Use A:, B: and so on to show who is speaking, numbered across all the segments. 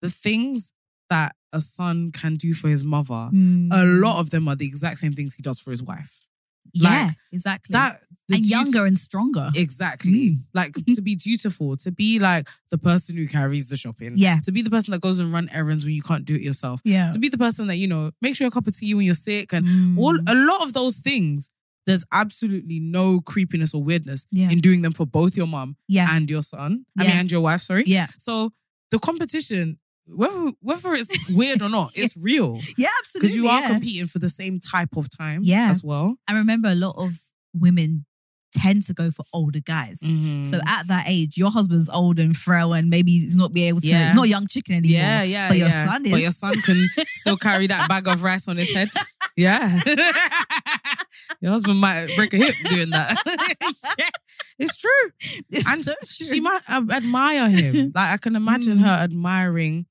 A: the things that a son can do for his mother,
B: Mm.
A: a lot of them are the exact same things he does for his wife.
B: yeah,
A: like,
B: exactly.
A: That the
B: and
A: duty-
B: younger Mm. and stronger.
A: Exactly. Like to be dutiful, to be like the person who carries the shopping.
B: Yeah.
A: To be the person that goes and run errands when you can't do it yourself.
B: yeah. Mm.
A: To be the person that, you know, makes you a cup of tea when you're sick and all a lot of those things, there's absolutely no creepiness or weirdness
B: Yeah.
A: in doing them for both your mom
B: yeah.
A: and your son. I
B: Yeah.
A: mean and your wife, sorry.
B: yeah.
A: So the competition, whether whether it's weird or not, it's real
B: Yeah,
A: because
B: absolutely.
A: you are
B: yeah.
A: competing for the same type of time,
B: Yeah.
A: as well.
B: I remember a lot of women tend to go for older guys.
A: Mm.
B: Mm-hmm. So
A: Mm-hmm.
B: at that age, your husband's old and frail and maybe he's not be able to,
A: Yeah.
B: he's not a young chicken anymore.
A: yeah, yeah,
B: But your
A: yeah.
B: son
A: but
B: is-
A: your son can still carry that bag of rice on his head. Yeah, your husband might break a hip doing that. Yeah, It's true.
B: It's
A: and
B: so true. Mm-hmm.
A: she might ab- admire him. like I can imagine her admiring.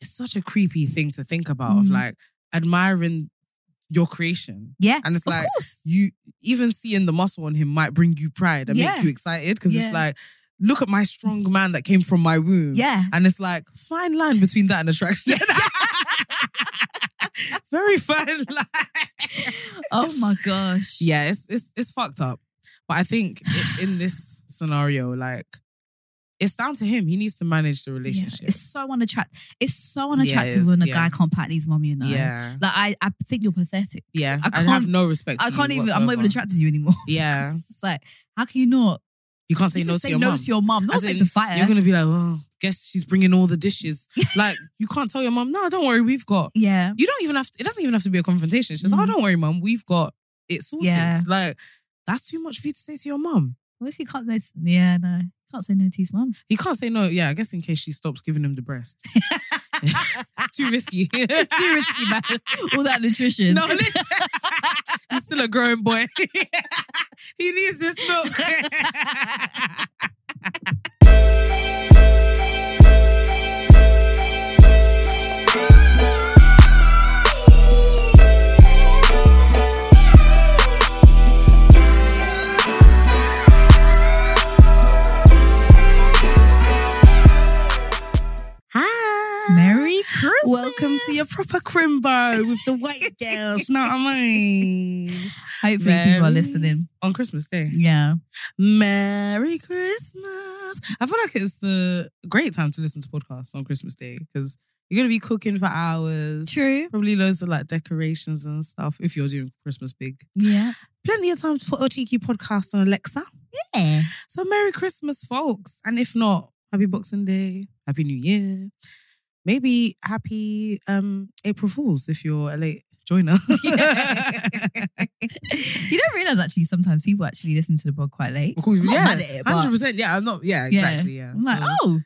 A: It's such a creepy thing to think about of
B: Mm.
A: like admiring your creation.
B: yeah.
A: And it's
B: of
A: like
B: course.
A: you even seeing the muscle on him might bring you pride and
B: Yeah.
A: make you excited because
B: Yeah.
A: it's like, look at my strong man that came from my womb.
B: Yeah.
A: And it's like fine line between that and attraction. Very fine line.
B: Oh my gosh.
A: Yeah, it's it's it's fucked up. But I think i- in this scenario, like it's down to him. He needs to manage the
B: Yeah.
A: relationship.
B: It's so unattractive. It's so
A: it
B: unattractive
A: is,
B: when a
A: yeah.
B: guy can't pat his mum, you know.
A: Yeah.
B: Like I, I think you're pathetic.
A: Yeah.
B: I
A: I have
B: can't-
A: no respect.
B: I
A: for you
B: can't even. I'm not even
A: whatsoever.
B: attracted to you anymore.
A: Yeah.
B: It's just like, how can you not
A: You can't say
B: you
A: no
B: can
A: to
B: say
A: your
B: no
A: mum.
B: to your mum? No
A: As
B: saying
A: in,
B: to fight
A: You're
B: her.
A: gonna be like, oh, guess she's bringing all the dishes. like you can't tell your mum. No, don't worry, we've got.
B: Yeah.
A: You don't even have. To, it doesn't even have to be a confrontation. It's just,
B: Mm.
A: oh, don't worry, mum, we've got it sorted.
B: Yeah.
A: Like that's too much for you to say to your mum.
B: Obviously, you can't. Say, yeah, no, can't say no to his mum.
A: He can't say no. Yeah, I guess in case she stops giving him the breast, it's too risky. too
B: Too risky, man. All that nutrition.
A: No, listen. He's still a growing boy. he needs this milk. Hi.
B: Merry Christmas.
A: Welcome to your proper crimbo with the white girls. know what I mean?
B: Hopefully, people are
A: Merry-
B: listening.
A: On Christmas Day.
B: Yeah.
A: Merry Christmas. I feel like it's the great time to listen to podcasts on Christmas Day because you're going to be cooking for hours.
B: True.
A: Probably loads of like decorations and stuff if you're doing Christmas big.
B: Yeah.
A: Plenty of time to put a cheeky podcast on Alexa.
B: Yeah.
A: So Merry Christmas, folks. And if not, happy Boxing Day, Happy New Year. Maybe happy um April Fools if you're a late joiner.
B: You don't realize actually sometimes people actually listen to the pod quite late.
A: Of course,
B: I'm not
A: yeah,
B: mad at it, but-
A: hundred percent. Yeah, I'm not. Yeah, exactly. Yeah,
B: I'm like,
A: So
B: oh,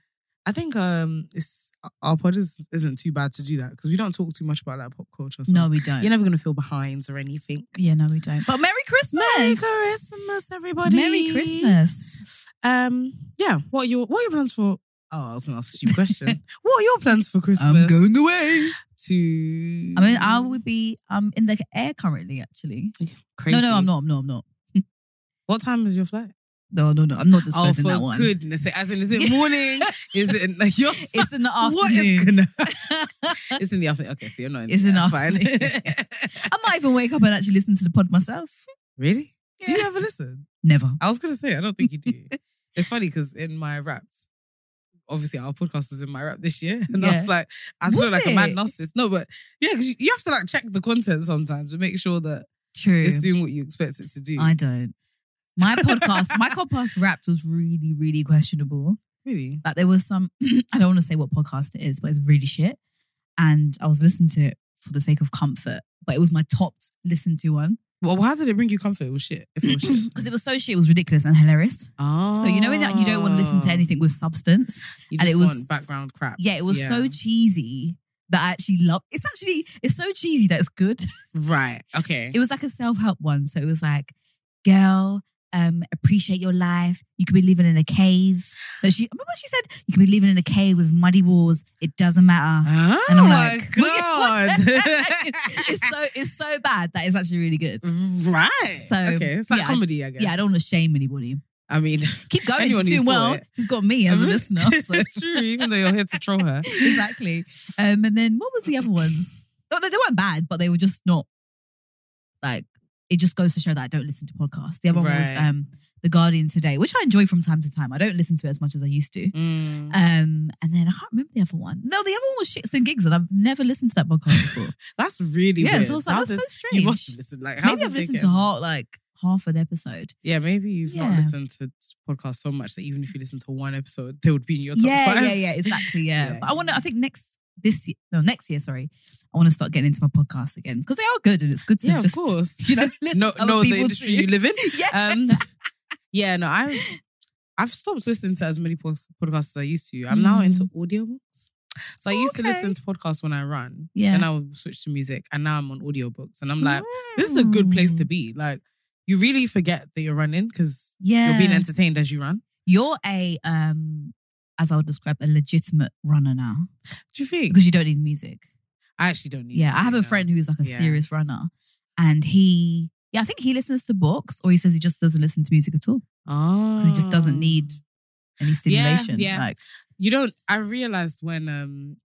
A: I think um, it's our pod is, isn't too bad to do that because we don't talk too much about like pop culture. So
B: no, we don't.
A: you're never gonna feel behind or anything.
B: yeah, no, we don't. But Merry Christmas.
A: Merry Christmas, everybody.
B: Merry Christmas.
A: Um, yeah. What are your What are your plans for? Oh, I was gonna ask a stupid question. what are your plans for Christmas?
B: I'm going
A: away to.
B: I mean, I would be um in the air currently. Actually,
A: Crazy.
B: no, no, I'm not. I'm not. I'm not.
A: What time is your flight?
B: No, no, no. I'm not
A: oh,
B: disclosing
A: for
B: that one.
A: goodness sake! As in, is it morning? is it like your?
B: It's in the
A: What is
B: afternoon.
A: gonna? it's in the afternoon. Okay, so you're not. In
B: It's
A: the
B: in the
A: Fine.
B: I might even wake up and actually listen to the pod myself.
A: really? Do you
B: Yeah.
A: ever listen?
B: Never.
A: I was gonna say I don't think you do. it's funny because in my raps, obviously our podcast was in my rap this year, and I
B: Yeah.
A: was like, I
B: Was
A: feel like a mad
B: it?
A: narcissist. No, but yeah, because you, you have to like check the content sometimes to make sure that
B: True.
A: it's doing what you expect it to do.
B: I don't. My podcast, my podcast wrapped was really, really questionable.
A: really?
B: Like there was some, I don't want to say what podcast it is, but it's really shit. And I was listening to it for the sake of comfort, but it was my top listened to one.
A: Well, how did it bring you comfort? It was shit. If it was shit.
B: Because it was so Oh, shit, it was ridiculous and hilarious.
A: Oh.
B: So you know in that you don't want to listen to anything with substance.
A: Ah. You
B: and
A: just
B: it was-
A: want background crap.
B: Yeah, it was so cheesy that I actually love. It's actually it's so cheesy that it's good.
A: Right. Okay.
B: It was like a self help one, so it was like, girl, um, appreciate your life. You could be living in a cave. That she remember what she said. You could be living in a cave with muddy walls. It doesn't matter.
A: oh
B: And I'm
A: my
B: like,
A: god.
B: it's so it's so bad that it's actually really good.
A: Oh right.
B: So,
A: okay, it's like
B: yeah, I-
A: comedy, I guess.
B: Yeah, I don't want to shame anybody.
A: I mean,
B: Keep going.
A: Anyone who
B: She's doing
A: saw
B: well.
A: it.
B: She's got me as a listener. So.
A: it's true. Even though you're here to troll her.
B: exactly. Um, and then what was the other ones? No, they, they weren't bad, but they were just not like it. Just goes to show that I don't listen to podcasts. The other one was
A: Right.
B: um, the Guardian today, which I enjoy from time to time. I don't listen to it as much as I used to.
A: Mm.
B: Um, and then I can't remember the other one. No, the other one was shits and gigs, and I've never listened to that podcast before.
A: That's really
B: yeah,
A: weird.
B: so I was like,
A: How
B: that's so
A: did-
B: strange.
A: You must have listened. Like, how
B: Maybe
A: did
B: I've
A: they
B: listened
A: get-
B: to heart like half an episode.
A: Yeah, maybe you've
B: Yeah.
A: not listened to podcasts so much that even if you listen to one episode, they would be in your top
B: yeah,
A: five.
B: yeah, yeah, exactly. Yeah.
A: Yeah.
B: But I want to, I think next, this year, no, next year, sorry, I want to start getting into my podcast again because they are good and it's good to
A: Yeah,
B: just,
A: of course.
B: you know, listen
A: no,
B: to other
A: no, the
B: people
A: industry
B: too.
A: you live in.
B: yeah.
A: Um, yeah, no, I've I've stopped listening to as many pod- podcasts as I used to. I'm now
B: Mm.
A: into audiobooks. So I used to
B: Okay.
A: listen to podcasts when I run.
B: Yeah.
A: Then I would switch to music, and now I'm on audiobooks, and I'm like, this is a good place
B: Hmm.
A: to be. Like, you really forget that you're running because
B: Mm. Yeah.
A: you're being entertained as you run.
B: You're a, um, as I would describe, a legitimate runner now
A: Do you think?
B: because you don't need music.
A: I actually don't need.
B: Yeah. I have a
A: music now.
B: friend who's like a
A: Yeah.
B: serious runner and he, yeah, I think he listens to books or he says he just doesn't listen to music at all
A: Oh,
B: because he just doesn't need any stimulation.
A: yeah.
B: Like,
A: You don't. I realized when um,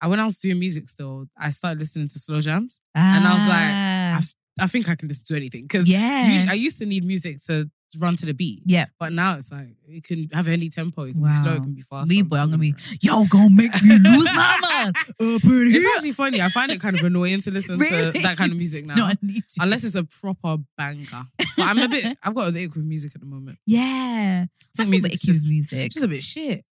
A: I when I was doing music still, I started listening to slow jams. I was like,
B: ah,
A: f- I think I can listen to anything because
B: yeah.
A: I used to need music to run to the beat,
B: yeah.
A: but now it's like it can have any tempo. It can be
B: Wow.
A: slow. It can be fast.
B: Me
A: I'm
B: boy,
A: still
B: I'm gonna be
A: different.
B: y'all gonna make me lose my mind up in
A: It's
B: here.
A: actually funny. I find it kind of annoying to listen
B: Really?
A: to that kind of music now.
B: No, I need to.
A: Unless it's a proper banger, but I'm a bit. I've got an ick with music at the moment.
B: yeah,
A: I
B: I
A: think
B: music
A: music's just
B: music.
A: It's just a bit shit.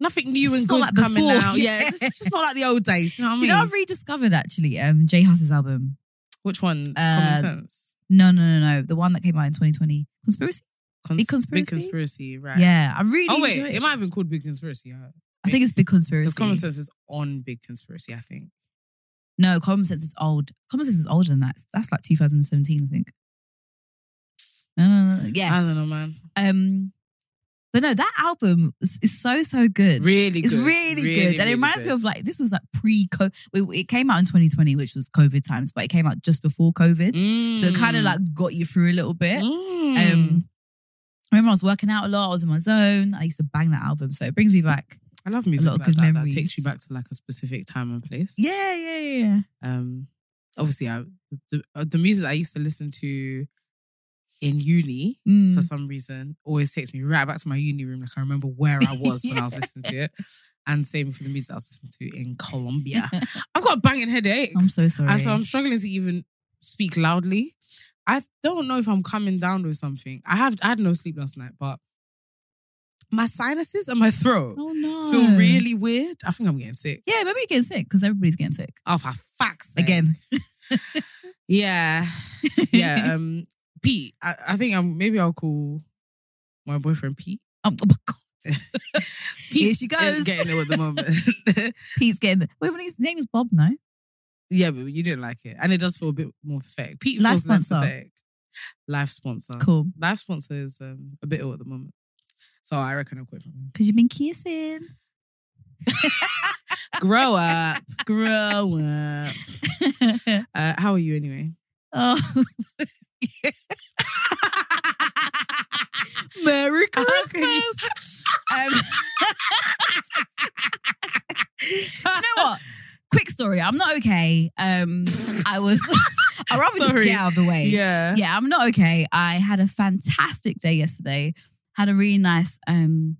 A: Nothing new
B: It's
A: and
B: not
A: good
B: like
A: coming
B: before.
A: out. Yeah,
B: Yeah.
A: it's, it's just not like the old days. You know what I
B: Do
A: mean?
B: you know I've rediscovered actually um Jay Huss's album?
A: Which one?
B: Uh,
A: Common sense.
B: No, no, no, no, the one that came out in 2020, Conspiracy.
A: Cons-
B: Big Conspiracy?
A: Big conspiracy, right?
B: Yeah, I really.
A: Oh wait,
B: enjoy
A: it might have been called Big Conspiracy. Yeah.
B: I think it's Big Conspiracy.
A: Because Common Sense is on Big Conspiracy, I think.
B: No, Common Sense is old. Common Sense is older than that. That's like 2017, I think. No, no, no, no. Yeah.
A: I don't know, man.
B: Um, but no, that album is, is so so good.
A: Really
B: It's
A: good.
B: really, good. And it
A: really
B: reminds me
A: good.
B: of like, this was like pre COVID. It came out in 2020, which was COVID times, but it came out just before COVID. So it kind of
A: Mm.
B: like got you through a little bit.
A: Mm.
B: Um, I remember I was working out a lot. I was in my zone. I used to bang that album. So it brings me back.
A: I love music
B: lot of
A: like
B: good
A: that.
B: memories.
A: That takes you back to like a specific time and place.
B: Yeah, yeah, yeah.
A: Um, obviously, I the uh, the music I used to listen to in uni
B: Mm.
A: for some reason always takes me right back to my uni room. Like I remember where I was when I was
B: Yeah.
A: listening to it. And same for the music I was listening to in Colombia. I've got a banging headache.
B: I'm so sorry.
A: and so I'm struggling to even speak loudly. I don't know if I'm coming down with something. I have I had no sleep last night, but my sinuses and my throat
B: oh, no.
A: feel really weird. I think I'm getting sick.
B: Yeah, maybe you're getting sick because everybody's getting sick.
A: Oh, for facts.
B: Again.
A: Yeah. Yeah. Um Pete. I, I think I'm maybe I'll call my boyfriend Pete.
B: Um, oh, my God.
A: Pete's
B: she goes.
A: Getting ill at the moment.
B: Pete's getting. Wait, well, his name is Bob, no?
A: yeah, but you didn't like it. And it does feel a bit more pathetic. Pete
B: Life
A: feels less
B: sponsor.
A: pathetic. Life sponsor.
B: Cool.
A: Life sponsor is um, a bit ill at the moment. So I reckon I'll quit from him.
B: Because you've been kissing.
A: Grow up. Grow up. Uh, how are you anyway?
B: oh. Merry
A: Christmas.
B: um, Do you know what? Quick story. I'm not okay. Um, I was. I'd rather
A: Sorry.
B: just get out of the way.
A: Yeah.
B: Yeah, I'm not okay. I had a fantastic day yesterday. Had a really nice um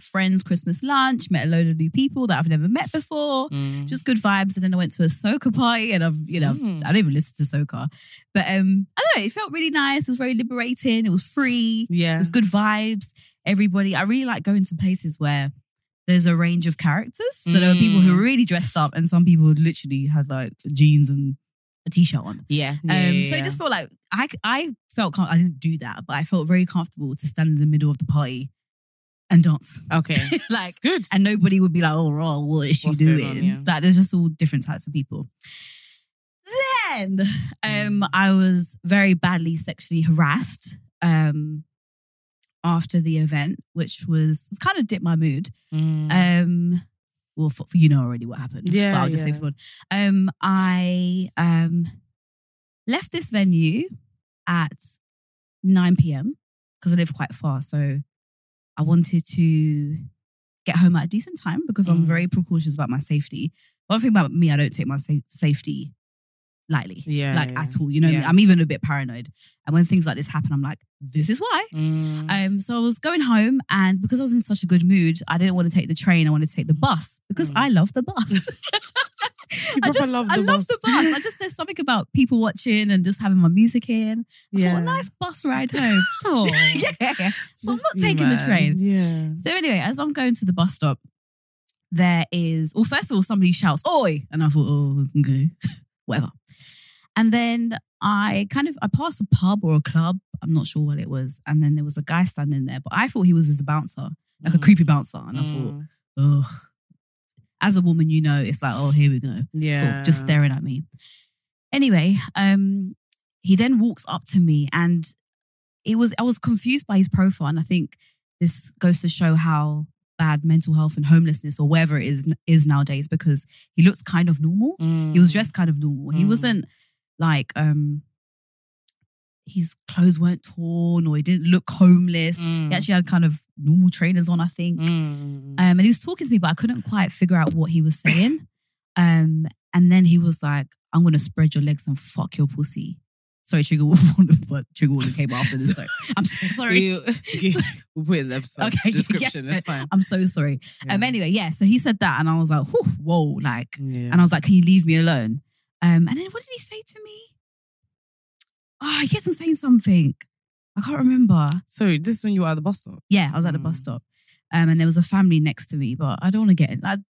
B: friends Christmas lunch. Met a load of new people that I've never met before.
A: Mm.
B: Just uh, good vibes. And then I went to a soca party, and I've you know
A: Mm.
B: I don't even listen to soca, but um I don't know. It felt really nice. It was very liberating. It was free. It
A: Yeah.
B: was good vibes. Everybody. I really like going to places where. There's a range of characters. So there were people who
A: Mm.
B: were really dressed up, and some people who literally had like jeans and a t-shirt on.
A: Yeah.
B: Um, so I just felt like I, I felt com- I didn't do that, but I felt very comfortable to stand in the middle of the party and dance.
A: Okay.
B: like
C: it's good.
B: and nobody would be like, "Oh, Ro, what is she
A: What's going
B: doing?"
A: on, yeah.
B: Like, there's just all different types of people. Then, um, I was very badly sexually harassed. Um, after the event, which was, it's kind of dipped my mood. Um, well, for, you know already what happened.
C: Mm. Yeah,
B: but I'll just say
C: yeah.
B: for fun. Um, I um left this venue at nine p.m. because I live quite far, so I wanted to get home at a decent time because I'm
A: Mm.
B: very precautious about my safety. One thing about me, I don't take my sa- safety lightly,
C: Yeah,
B: like
C: yeah.
B: at all. You know, me?
C: Yeah.
B: I'm even a bit paranoid, and when things like this happen, I'm like, this is why.
C: Mm.
B: Um, so I was going home, and because I was in such a good mood, I didn't want to take the train. I wanted to take the bus because
A: Mm.
B: I love the bus. I
C: proper
B: just
C: love
B: I
C: the
B: love
C: bus.
B: the bus. I just there's something about people watching and just having my music in. I thought, a nice bus ride home. yeah, so I'm not taking the train.
C: Yeah.
B: So anyway, as I'm going to the bus stop, there is well, first of all, somebody shouts "Oi!" and I thought, "Oh, okay, whatever." And then I kind of I passed a pub or a club, I'm not sure what it was, and then there was a guy standing there, but I thought he was just a bouncer, like a
A: Mm.
B: creepy bouncer, and I thought, ugh. As a woman, you know, it's like, oh, here we go
C: Yeah.
B: sort of just staring at me. Anyway, um, he then walks up to me, and it was I was confused by his profile, and I think this goes to show how bad mental health and homelessness or whatever it is is nowadays because he looks kind of normal. He was dressed kind of normal. He
A: Mm.
B: wasn't like um his clothes weren't torn or he didn't look homeless.
A: Mm.
B: He actually had kind of normal trainers on, I think. Um, and he was talking to me, but I couldn't quite figure out what he was saying. Um, and then he was like, "I'm gonna spread your legs and fuck your pussy." Sorry, trigger warning, but trigger warning came after this. So I'm so sorry.
A: You, we'll put it in the episode
B: Okay, yeah,
A: description.
B: yeah.
A: That's fine.
B: I'm so sorry. Um, anyway, yeah. So he said that, and I was like, "Whew, "Whoa!" Like,
A: Yeah.
B: and I was like, "Can you leave me alone?" Um, and then what did he say to me? Oh, he kept on saying something. I can't remember.
C: Sorry, this is when you were at the bus stop.
B: Yeah, I was at the
A: Hmm.
B: bus
C: Mm.
B: stop, um, and there was a family next to me, but I don't want to get in. I, the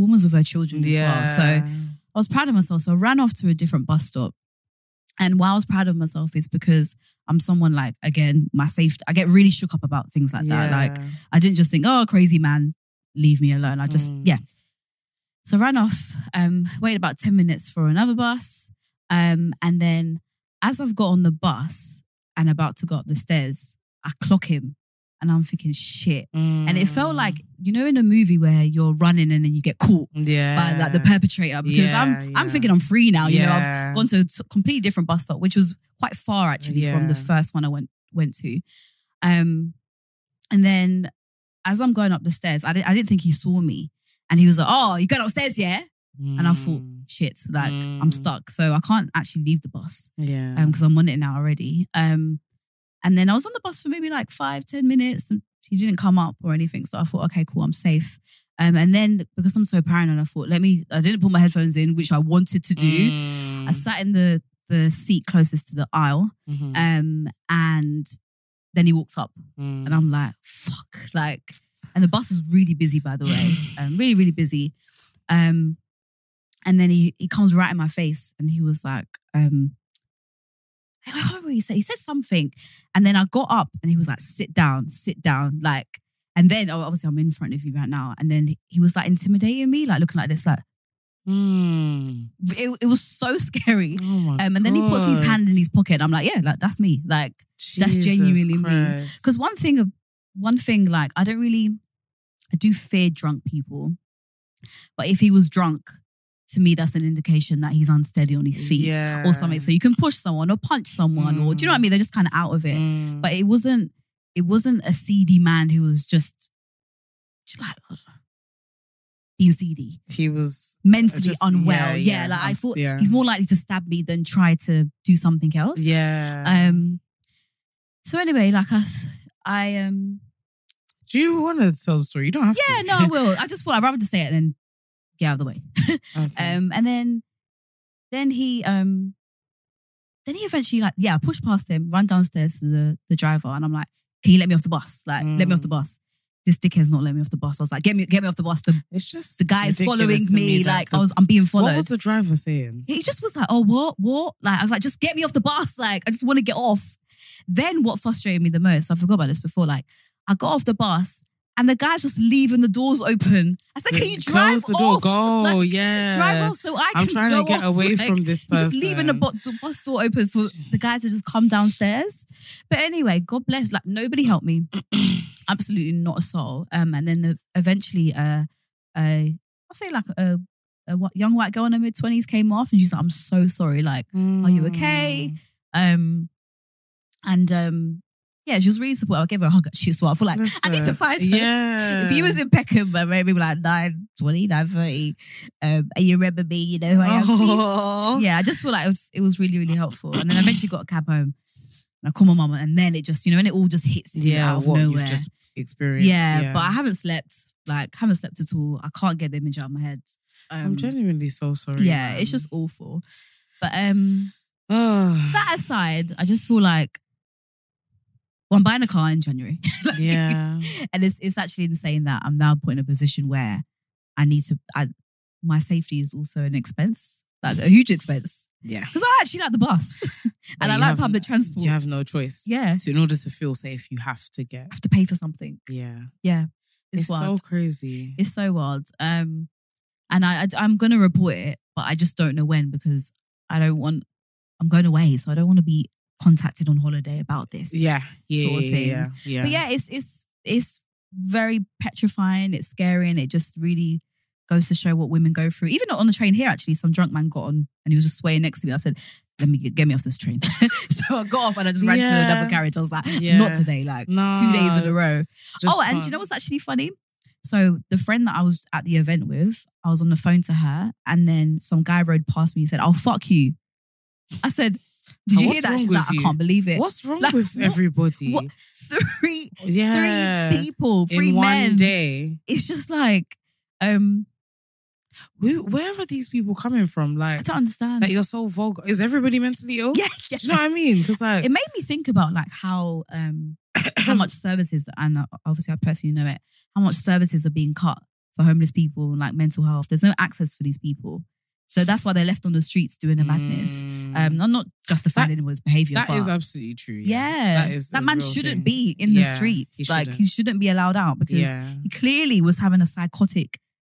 B: woman's with her children as well, so I was proud of myself. So I ran off to a different bus stop. And why I was proud of myself is because I'm someone like, again, my safety, I get really shook up about things like that. Like, I didn't just think, oh, crazy man, leave me alone. I just,
A: Mm.
B: yeah. So I ran off, um, waited about 10 minutes for another bus. Um, and then as I've got on the bus and about to go up the stairs, I clock him and I'm thinking, shit. And it
A: Mm.
B: felt like, you know, in a movie where you're running and then you get caught
A: yeah.
B: by like the perpetrator because
A: Yeah,
B: I'm
A: yeah.
B: I'm thinking I'm free now. You know, I've
A: Yeah.
B: gone to a t- completely different bus stop, which was quite far actually from the
A: Yeah.
B: first one I went went to. Um, and then as I'm going up the stairs, I didn't I didn't think he saw me, and he was like, "Oh, you going upstairs, yeah?" And I thought, "Shit, like I'm
A: Mm.
B: stuck, so I can't actually leave the bus
A: Yeah.
B: because Um, I'm on it now already." Um, and then I was on the bus for maybe like five ten minutes, and he didn't come up or anything, so I thought, "Okay, cool, I'm safe." Um, and then because I'm so paranoid, I thought, let me. I didn't put my headphones in, which I wanted to do.
A: Mm.
B: I sat in the the seat closest to the aisle,
A: Mhm.
B: um, and then he walks up, and I'm like, fuck, like. And the bus was really busy, by the way, um, really, really busy. Um, and then he he comes right in my face, and he was like, um, I can't remember what he said. He said something, and then I got up, and he was like, sit down, sit down, like. And then oh, obviously I'm in front of you right now, and then he was like intimidating me, like looking like this, like
A: Mm.
B: it, it was so scary.
A: Oh my
B: Um, and then he puts his
A: God.
B: hand in his pocket. I'm like, yeah, like, that's me, like. That's
A: Jesus
B: genuinely me.
A: Christ.
B: Because one thing, one thing, like I don't really, I do fear drunk people, but if he was drunk, to me that's an indication that he's unsteady on his feet
A: yeah.
B: or something. So you can push someone or punch someone, or do you know what I mean? They're just kind of out of it.
A: Mm.
B: But it wasn't, it wasn't a seedy man who was just, just like being seedy,
A: he was
B: mentally
A: Just-
B: unwell. Yeah,
A: yeah, yeah,
B: like I
A: I'm-
B: thought
A: yeah.
B: he's more likely to stab me than try to do something else.
A: yeah.
B: Um. So anyway, like us, I um.
A: Do you want to tell the story? You don't have
B: Yeah,
A: to.
B: no, I will. I just thought I'd rather just say it than get out of the way.
A: Okay.
B: Um, and then, then he um, then he eventually like yeah, I pushed past him, run downstairs to the the driver, and I'm like, can you let me off the bus? Like, let me off the
A: Mm.
B: bus. this dickhead's not letting me off the bus. I was like, get me, get me off the bus. The,
A: It's just
B: the guy is
A: ridiculous
B: following
A: to
B: me.
A: that
B: like
A: the-
B: I was, I'm being
A: What
B: followed.
A: was the driver saying?
B: he just was like, oh, what, what? Like, I was like, just get me off the bus. Like, I just want to get off. Then what frustrated me the most, I forgot about this before, like, I got off the bus and the guy's just leaving the doors open. I said, can you
A: Close
B: drive
A: the door.
B: off?
A: Go.
B: Like,
A: yeah.
B: Drive off so I can
A: I'm trying to
B: go
A: get
B: off."
A: away
B: Like,
A: from this
B: you're
A: person.
B: Just leaving the bu- the bus door open for the guy to just come downstairs. But anyway, God bless. Like nobody helped me. Absolutely not a soul. Um, and then the, eventually, uh, a I'll say like a, a wh- young white girl in her mid twenties came off, and she's like, "I'm so sorry. Like, are you okay?"
A: Mm.
B: Um, and um, yeah, she was really supportive. I gave her a hug. She as well. I feel like
A: Bless
B: I need
A: her.
B: to find her.
A: Yeah.
B: If you was in Peckham, uh, maybe like 9, 20, 9, 30, um, and you remember me, you know who I am. please
A: Oh.
B: yeah, I just feel like it was- it was really, really helpful. And then I eventually got a cab home and I called my mum and then it just, you know, and it all just hits you
A: Yeah,
B: out of
A: what
B: nowhere.
A: you've just experienced.
B: yeah, but I haven't slept, like, haven't slept at all. I can't get the image out of my head. Um,
A: I'm genuinely so sorry.
B: yeah,
A: man.
B: it's just awful. But um
A: Ugh.
B: that aside, I just feel like well, I'm buying a car in January. Like,
A: yeah.
B: And it's it's actually insane that I'm now put in a position where I need to I, my safety is also an expense. Like a huge expense.
A: Yeah.
B: Because I actually like the bus. and
A: Like,
B: I
A: you
B: like
A: have-
B: public transport.
A: You have no choice.
B: Yeah.
A: So in order to feel safe, you have to get.
B: I have to pay for something.
A: Yeah.
B: It's,
A: It's, so
B: wild.
A: crazy.
B: it's so wild. Um, and I, I I'm gonna report it, but I just don't know when because I don't want. I'm going away, so I don't want to be contacted on holiday about this.
A: yeah. Yeah.
B: sort of
A: yeah,
B: thing.
A: Yeah. Yeah.
B: But yeah, it's it's it's very petrifying. It's scary, and it just really goes to show what women go through. Even on the train here, actually, some drunk man got on and he was just swaying next to me. I said, "Let me get, get me off this train." so I got off and I just ran to
A: Yeah.
B: another carriage. I was like,
A: Yeah.
B: "Not today!" Like
A: No.
B: two days in a row.
A: just
B: oh, and
A: can't.
B: you know what's actually funny? So the friend that I was at the event with, I was on the phone to her, and then some guy rode past me and said, "I'll fuck you." I said, "Did
A: Oh,
B: you
A: what's
B: hear that?"
A: wrong
B: She's like,
A: with
B: "I
A: you?
B: can't believe it."
A: What's wrong
B: Like,
A: with
B: what-
A: everybody?
B: what- Three,
A: yeah.
B: three people, three
A: in
B: men.
A: one day.
B: It's just like, um,
A: Who, where are these people coming from?
B: I
A: Like,
B: don't understand.
A: that you're so vulgar. Is everybody mentally ill?
B: yeah, yeah.
A: Do you know what I mean? Because like,
B: it made me think about like how um how much services that and uh, obviously I personally know it how much services are being cut for homeless people and like mental health. There's no access for these people, so that's why they're left on the streets doing the madness.
A: Mm.
B: Um, I'm not justifying
A: That-
B: anyone's behavior.
A: That
B: but
A: is absolutely true.
B: yeah,
A: That is a
B: man
A: real
B: shouldn't
A: thing.
B: be in the
A: Yeah,
B: streets.
A: he
B: like
A: shouldn't.
B: he shouldn't be allowed out because
A: Yeah.
B: he clearly was having a psychotic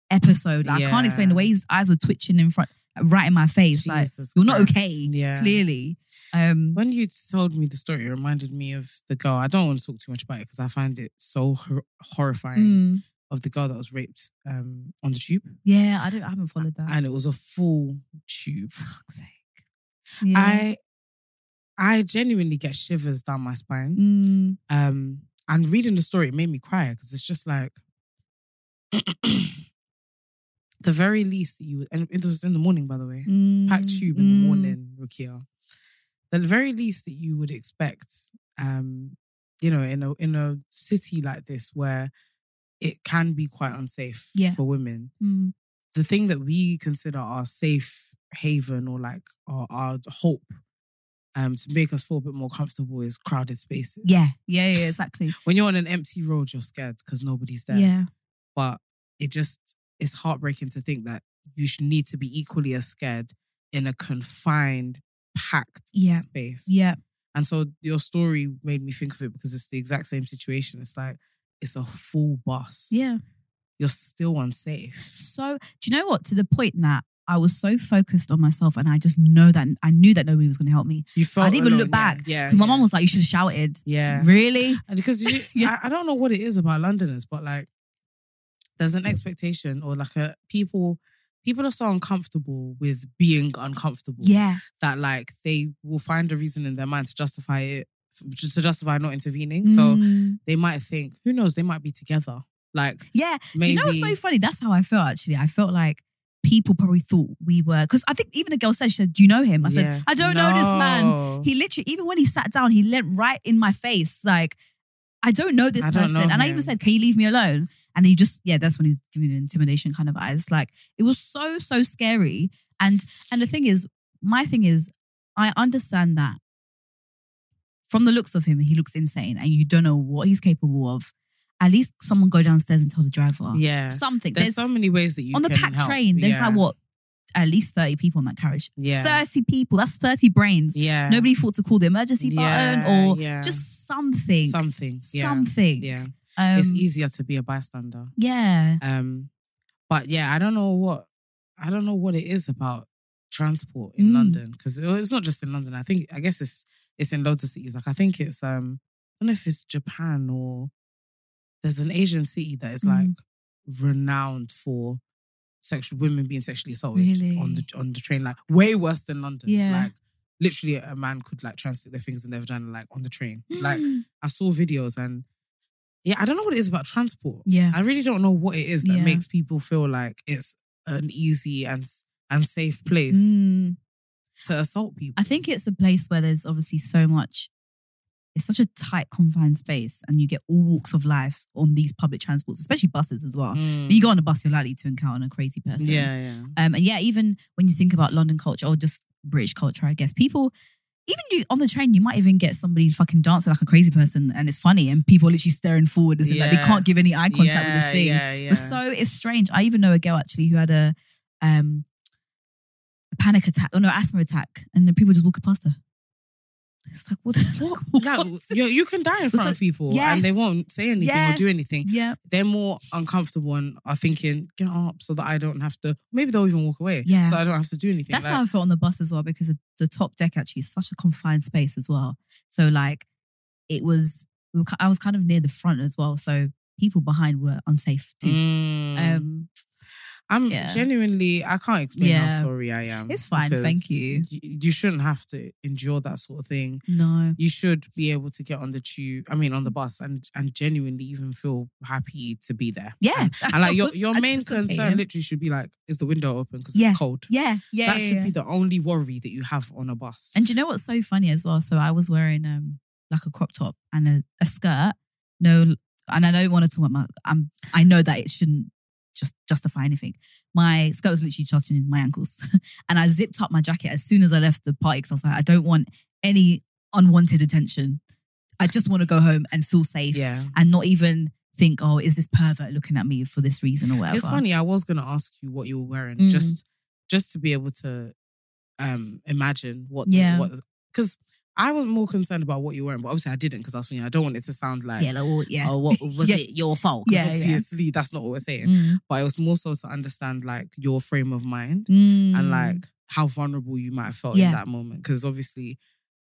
B: episode. Like, I can't explain the
A: Yeah.
B: way his eyes were twitching in front, right in my face. like
A: Jesus
B: you're not
A: Christ.
B: okay.
A: Yeah.
B: Clearly, um,
A: When you told me the story, it reminded me of the girl. I don't want to talk too much about it because I find it so hor- horrifying
B: mm,
A: of the girl that was raped um, on the tube,
B: yeah, I don't. I haven't followed that.
A: and it was a full tube.
B: fuck's sake. Yeah.
A: I, I genuinely get shivers down my spine.
B: Mm,
A: Um, and reading the story, it made me cry because it's just like the very least that you would, and it was in the morning, by the way,
B: mm,
A: packed tube in
B: mm.
A: the morning, Rukia. The very least that you would expect, um, you know, in a in a city like this where it can be quite unsafe
B: Yeah.
A: for women,
B: Mm,
A: the thing that we consider our safe haven or like our, our hope um, to make us feel a bit more comfortable is crowded spaces.
B: Yeah, yeah, yeah, exactly.
A: When you're on an empty road, you're scared because nobody's there.
B: yeah,
A: But it just it's heartbreaking to think that you should need to be equally as scared in a confined, packed
B: Yeah.
A: space.
B: yeah,
A: And so your story made me think of it because it's the exact same situation. It's like it's a full bus.
B: yeah.
A: You're still unsafe.
B: So, do you know what? To the point that I was so focused on myself, and I just know that I knew that nobody was going to help me.
A: You felt
B: I didn't even
A: alone.
B: look back
A: Yeah.
B: 'Cause
A: yeah,
B: my mum was like, "You should have shouted."
A: Yeah.
B: Really?
A: And because you,
B: Yeah.
A: I, I don't know what it is about Londoners, but like there's an expectation or like a people people are so uncomfortable with being uncomfortable
B: Yeah.
A: that like they will find a reason in their mind to justify it just to justify not intervening. So
B: Mm.
A: they might think, who knows, they might be together. Like
B: Yeah.
A: maybe
B: Do you know what's so funny? That's how I felt actually. I felt like people probably thought we were because I think even the girl said, she said, Do you know him? I said,
A: Yeah.
B: I don't know this man.
A: No.
B: He literally, even when he sat down, he leant right in my face, like, I don't know this
A: I don't
B: person.
A: know
B: and I
A: him.
B: even said, Can you leave me alone? And he just, yeah, that's when he's giving an intimidation kind of eyes. Like it was so, so scary. And and the thing is, my thing is, I understand that from the looks of him, he looks insane and you don't know what he's capable of. at least someone go downstairs and tell the driver.
A: Yeah.
B: Something.
A: There's,
B: There's,
A: so many ways that you
B: on the
A: can
B: packed
A: help.
B: train, there's
A: yeah.
B: like what? At least 30 people on that carriage.
A: Yeah.
B: 30 people. That's 30 brains.
A: yeah.
B: Nobody thought to call the emergency
A: Yeah,
B: button or
A: yeah.
B: just something.
A: something. Yeah.
B: Something.
A: Yeah.
B: Um,
A: it's easier to be a bystander.
B: Yeah.
A: Um, but yeah, I don't know what I don't know what it is about transport in
B: Mm.
A: London because it's not just in London. I think I guess it's it's in loads of cities. Like I think it's um I don't know if it's Japan or there's an Asian city that is
B: Mm.
A: like renowned for sexual women being sexually assaulted
B: Really?
A: on the on the train, like way worse than London.
B: Yeah.
A: Like literally, a man could like translate their fingers in their vagina like on the train. like
B: Mm.
A: I saw videos and yeah, I don't know what it is about transport.
B: yeah.
A: I really don't know what it is that
B: Yeah.
A: makes people feel like it's an easy and s- and safe place
B: Mm.
A: to assault people.
B: I think it's a place where there's obviously so much. It's such a tight, confined space, and you get all walks of life on these public transports, especially buses as well.
A: Mm.
B: When you go on a bus, you're likely to encounter a crazy person.
A: yeah, yeah,
B: Um, and yeah, even when you think about London culture or just British culture, I guess people, even you on the train, you might even get somebody fucking dancing like a crazy person, and it's funny, and people are literally staring forward as if like, they
A: Yeah.
B: can't give any eye contact
A: yeah,
B: with this thing.
A: Yeah, yeah.
B: It was so it's strange. I even know a girl actually who had a um a panic attack or no asthma attack, and then people just walking past her. It's like what? What?
A: Like, you, you can die in
B: It's
A: front
B: like-
A: of people
B: Yes.
A: and they won't say anything
B: Yeah.
A: or do anything.
B: Yeah,
A: They're more uncomfortable and are thinking, get up so that I don't have to. Maybe they'll even walk away.
B: Yeah.
A: So I don't have to do anything.
B: that's
A: Like,
B: how I felt on the bus as well because the, the top deck actually is such a confined space as well. So like it was, we were, ki- I was kind of near the front as well, so people behind were unsafe too.
A: Mm.
B: Um,
A: I'm
B: yeah.
A: genuinely, I can't explain
B: Yeah.
A: how sorry I am.
B: It's fine,
A: because
B: thank you.
A: y- You shouldn't have to endure that sort of thing.
B: no,
A: you should be able to get on the tube. I mean, on the bus, and and genuinely even feel happy to be there.
B: yeah,
A: and, and
B: I
A: like your
B: was
A: your main concern
B: anticipating.
A: literally should be like, is the window open because
B: Yeah.
A: it's cold.
B: yeah, yeah,
A: that
B: yeah,
A: should
B: yeah.
A: be the only worry that you have on a bus.
B: And do you know what's so funny as well? So I was wearing um like a crop top and a, a skirt. No, and I don't want to talk about my. Um, I know that it shouldn't just justify anything. My skirt was literally touching my ankles, and I zipped up my jacket as soon as I left the party because I was like, I don't want any unwanted attention. I just want to go home and feel safe
A: yeah,
B: and not even think, oh, is this pervert looking at me for this reason or whatever?
A: it's funny. I was gonna ask you what you were wearing
B: Mm.
A: just just to be able to um imagine what
B: Yeah.
A: the, what because I was more concerned about what you were wearing, but obviously I didn't because I was thinking I don't want it to sound like.
B: Yeah, like, well, yeah.
A: Oh, what was
B: Yeah.
A: it your fault? 'Cause
B: Yeah, yeah.
A: obviously that's not what we're saying.
B: Mm.
A: but it was more so to understand like your frame of mind
B: Mm.
A: and like how vulnerable you might have felt
B: Yeah.
A: in that moment. Because obviously,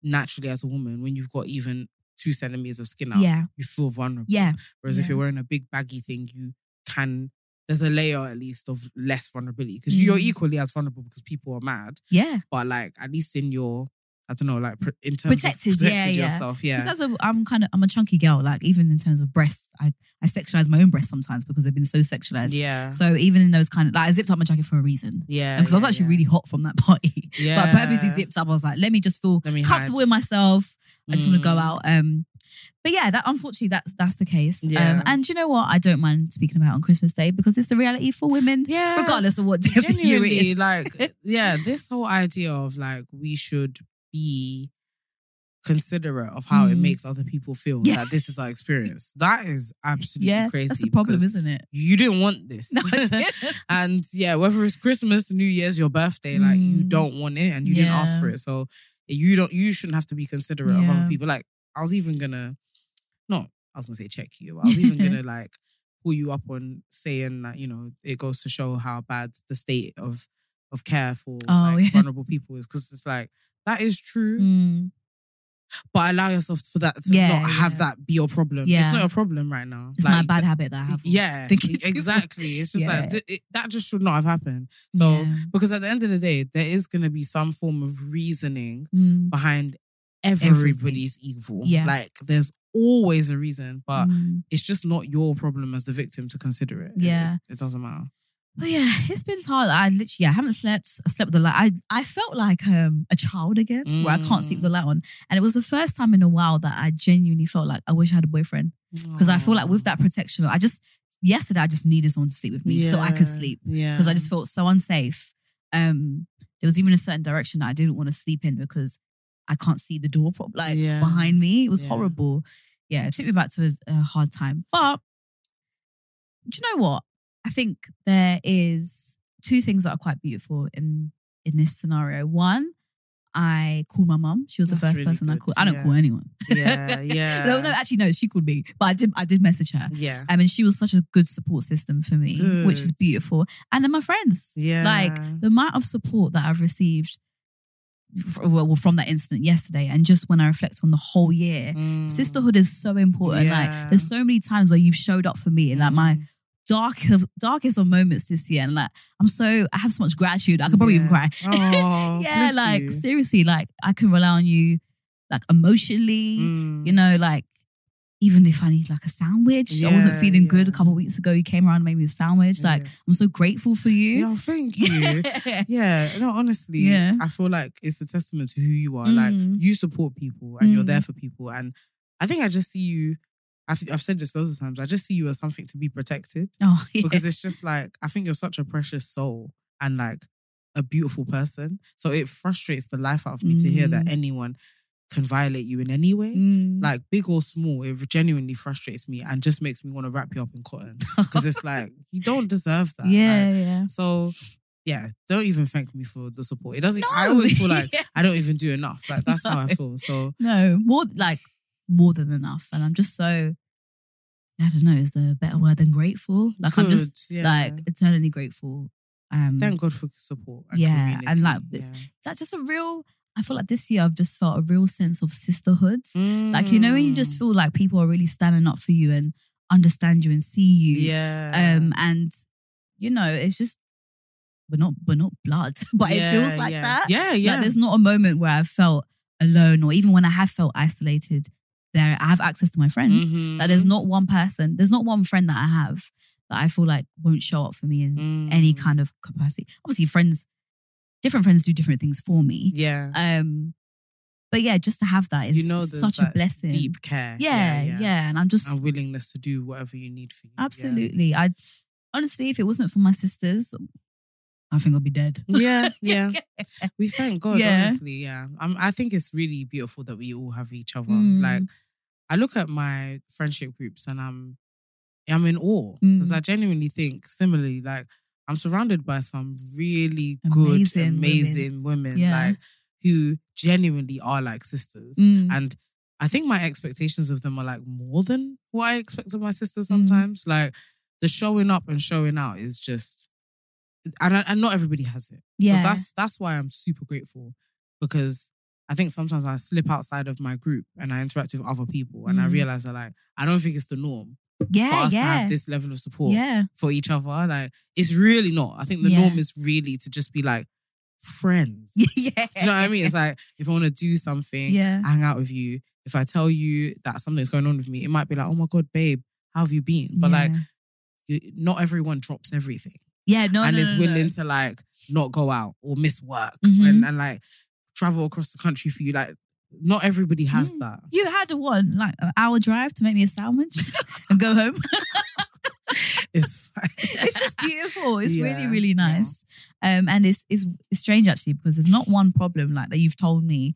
A: naturally as a woman, when you've got even two centimeters of skin out,
B: yeah,
A: you feel vulnerable.
B: yeah,
A: Whereas
B: yeah.
A: if you're wearing a big baggy thing, you can. There's a layer at least of less vulnerability because you're
B: Mm.
A: equally as vulnerable because people are mad.
B: yeah.
A: But like at least in your, I don't know, like pr- in terms
B: Protected,
A: of
B: yeah,
A: protected
B: yeah.
A: yourself, yeah.
B: Because as a, I'm kind of I'm a chunky girl. Like even in terms of breasts, I I sexualize my own breasts sometimes because they've been so sexualized.
A: yeah,
B: So even in those kind of like I zipped up my jacket for a reason
A: yeah,
B: because I was
A: yeah,
B: actually
A: yeah.
B: really hot from that party.
A: yeah.
B: But I purposely zipped up. I was like, let me just feel
A: Let me
B: comfortable
A: hide.
B: in myself. I just want to go
A: Mm.
B: out. Um, but yeah, that unfortunately that's that's the case.
A: Yeah.
B: Um, and do you know what? I don't mind speaking about it on Christmas Day because it's the reality for women,
A: Yeah,
B: regardless of what day of the year it
A: genuinely
B: is.
A: like yeah this whole idea of like we should be considerate of how it
B: Mm.
A: makes other people feel
B: Yeah.
A: that this is our experience that is absolutely
B: yeah,
A: crazy
B: that's the problem,
A: because
B: isn't it?
A: you didn't want this
B: No, I didn't.
A: and yeah whether it's christmas new year's your birthday like you
B: Mm.
A: don't want it and you didn't ask
B: Yeah.
A: for it so eh, you don't you shouldn't have to be considerate of
B: Yeah.
A: other people like i was even gonna no i was gonna say check you but i was even gonna like pull you up on saying that you know it goes to show how bad the state of of care for
B: Oh,
A: like,
B: yeah.
A: vulnerable people is because it's like that is true
B: Mm.
A: but allow yourself for that to
B: Yeah,
A: not have
B: yeah.
A: that be your problem
B: Yeah.
A: it's not a problem right now
B: It's my
A: Like,
B: bad habit that I have. of
A: yeah,
B: thinking
A: e-
B: too much.
A: exactly. It's just
B: Yeah.
A: like th- it, that just should not have happened. So
B: Yeah.
A: because at the end of the day, there is going to be some form of reasoning
B: Mm.
A: behind
B: Everything.
A: everybody's evil.
B: Yeah.
A: like there's always a reason, but
B: Mm.
A: it's just not your problem as the victim to consider it. It-
B: Yeah.
A: it, doesn't matter.
B: But yeah, it's been hard. I literally, I haven't slept. I slept with the light. I, I felt like um a child again, where I can't sleep with the
A: Mm.
B: light on. And it was the first time in a while that I genuinely felt like I wish I had a boyfriend because I feel like with that protection, I just yesterday I just needed someone to sleep with me so I could sleep
A: Yeah,
B: because I just felt so unsafe. Um, there was even a certain direction that I didn't want to sleep in because I can't see the door prop like
A: Yeah.
B: behind me. It was
A: Yeah.
B: horrible. Yeah, it took me back to a, a hard time, but do you know what? I think there is two things that are quite beautiful in in this scenario. One, I called my mum. She was
A: That's
B: the first
A: really
B: person I
A: good.
B: called. I don't
A: Yeah.
B: call anyone.
A: Yeah, yeah. Mm.
B: no, no, actually, no. She called me, but I did. I did message her.
A: Yeah.
B: I mean, she was such a good support system for me, which is
A: Good.
B: beautiful. And then my friends,
A: Yeah.
B: like the amount of support that I've received, f- well, from that incident yesterday, and just when I reflect on the whole year,
A: Mm.
B: sisterhood is so important.
A: Yeah. Mm.
B: Like, there's so many times where you've showed up for me in like my darkest darkest of moments this year, and like I'm so I have so much gratitude. I could probably even
A: Yeah.
B: cry.
A: Oh,
B: yeah,
A: bless
B: like
A: you.
B: seriously, like I can rely on you, like emotionally
A: Mm.
B: you know, like even if I need like a sandwich, I wasn't
A: Yeah,
B: feeling good a
A: yeah.
B: couple of weeks ago. You came around and made me a sandwich. Like
A: Yeah.
B: I'm so grateful for you.
A: Yeah, thank you. Yeah, no, honestly,
B: Yeah.
A: I feel like it's a testament to who you are.
B: Mm.
A: Like you support people and you're
B: Mm.
A: there for people, and I think I just see you. I've, I've said this loads of times. I just see you as something to be protected
B: oh, yeah.
A: because it's just like I think you're such a precious soul and like a beautiful person. So it frustrates the life out of me to hear that anyone can violate you in any way.
B: Mm.
A: Like big or small, it genuinely frustrates me and just makes me want to wrap you up in cotton because it's like you don't deserve that. Like,
B: yeah, yeah.
A: so yeah, don't even thank me for the support. It doesn't. I
B: No.
A: always feel like
B: Yeah.
A: I don't even do enough. Like that's how I
B: No.
A: feel. So
B: No, more like more than enough. And I'm just so I don't know, is there a better word than grateful? Like I'm
A: good,
B: just
A: yeah.
B: like eternally grateful. Um
A: thank God for support. And
B: yeah, and
A: community,
B: like this-
A: yeah.
B: that's just a real I feel like this year I've just felt a real sense of sisterhood. Like, you know, when you just
A: Mm,
B: feel like people are really standing up for you and understand you and see you.
A: yeah,
B: Um, and you know, it's just we're not we're not blood, but
A: Yeah,
B: it feels like
A: yeah.
B: that.
A: Yeah,
B: Like,
A: yeah.
B: there's not a moment where I've felt alone, or even when I have felt isolated, there I have access to my friends.
A: Mhm.
B: Like there's not one person, there's not one friend that I have that I feel like won't show up for me in
A: Mm.
B: any kind of capacity. Obviously, friends, different friends do different things for me.
A: yeah.
B: Um, but yeah, just to have that is
A: you know, there's
B: such a
A: that
B: blessing.
A: Deep care.
B: yeah, yeah, And I'm just
A: And willingness to do whatever you need for you. Yeah.
B: absolutely. I honestly, if it wasn't for my sisters, I think I'd be dead.
A: Yeah, yeah. We thank God,
B: Yeah.
A: honestly. Yeah. Um, I think it's really beautiful that we all have each other.
B: Mm.
A: Like, I look at my friendship groups and I'm I'm in awe because
B: Mm.
A: I genuinely think similarly, like I'm surrounded by some really
B: Amazing
A: good,
B: women.
A: amazing women,
B: Yeah.
A: like who genuinely are like sisters.
B: Mm.
A: And I think my expectations of them are like more than what I expect of my
B: Mm.
A: sisters sometimes. Like the showing up and showing out is just and, and not everybody has it. So
B: Yeah.
A: that's that's why I'm super grateful because I think sometimes I slip outside of my group and I interact with other people and I
B: Mm.
A: realize that like I don't think it's the norm for
B: yeah,
A: us to
B: yeah,
A: have this level of support
B: yeah,
A: for each other. Like it's really not. I think the
B: Yeah.
A: norm is really to just be like friends.
B: yeah.
A: Do you know what I mean? It's like if I want to do something,
B: Yeah.
A: I hang out with you. If I tell you that something's going on with me, it might be like, oh my god, babe, how have you been? But like,
B: Yeah.
A: you, not everyone drops everything
B: yeah, no,
A: and
B: no,
A: is
B: no, no.
A: willing to like not go out or miss work
B: Mhm.
A: and, and like travel across the country for you. Like, not everybody has
B: Mm.
A: that.
B: You had a one like an hour drive to make me a sandwich and go home.
A: It's fine.
B: it's just beautiful. It's really,
A: Yeah,
B: really
A: yeah.
B: nice. Um, and it's, it's it's strange actually because there's not one problem like that you've told me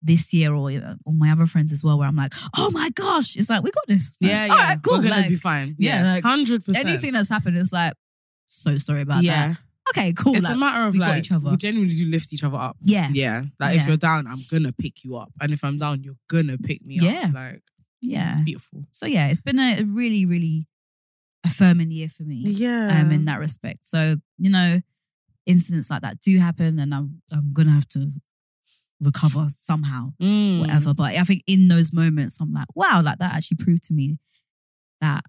B: this year or uh, all my other friends as well where I'm like, oh my gosh, it's like we got this. Like,
A: yeah, yeah.
B: all right, cool.
A: We're gonna
B: Like,
A: be fine.
B: yeah,
A: Yeah,
B: like,
A: hundred percent.
B: anything that's happened, it's like so sorry about
A: Yeah,
B: that. Okay, cool.
A: it's
B: like,
A: a matter of
B: we got
A: like
B: each other.
A: we genuinely do lift each other up.
B: yeah,
A: Yeah, like if
B: Yeah.
A: you're down, I'm gonna pick you up, and if I'm down, you're gonna pick me
B: Yeah.
A: up. Like,
B: yeah.
A: it's beautiful.
B: So yeah, it's been a really, really affirming year for me.
A: Yeah,
B: um, in that respect. So you know, incidents like that do happen, and I'm I'm gonna have to recover somehow,
A: Mm.
B: whatever. But I think in those moments, I'm like, wow, like that actually proved to me that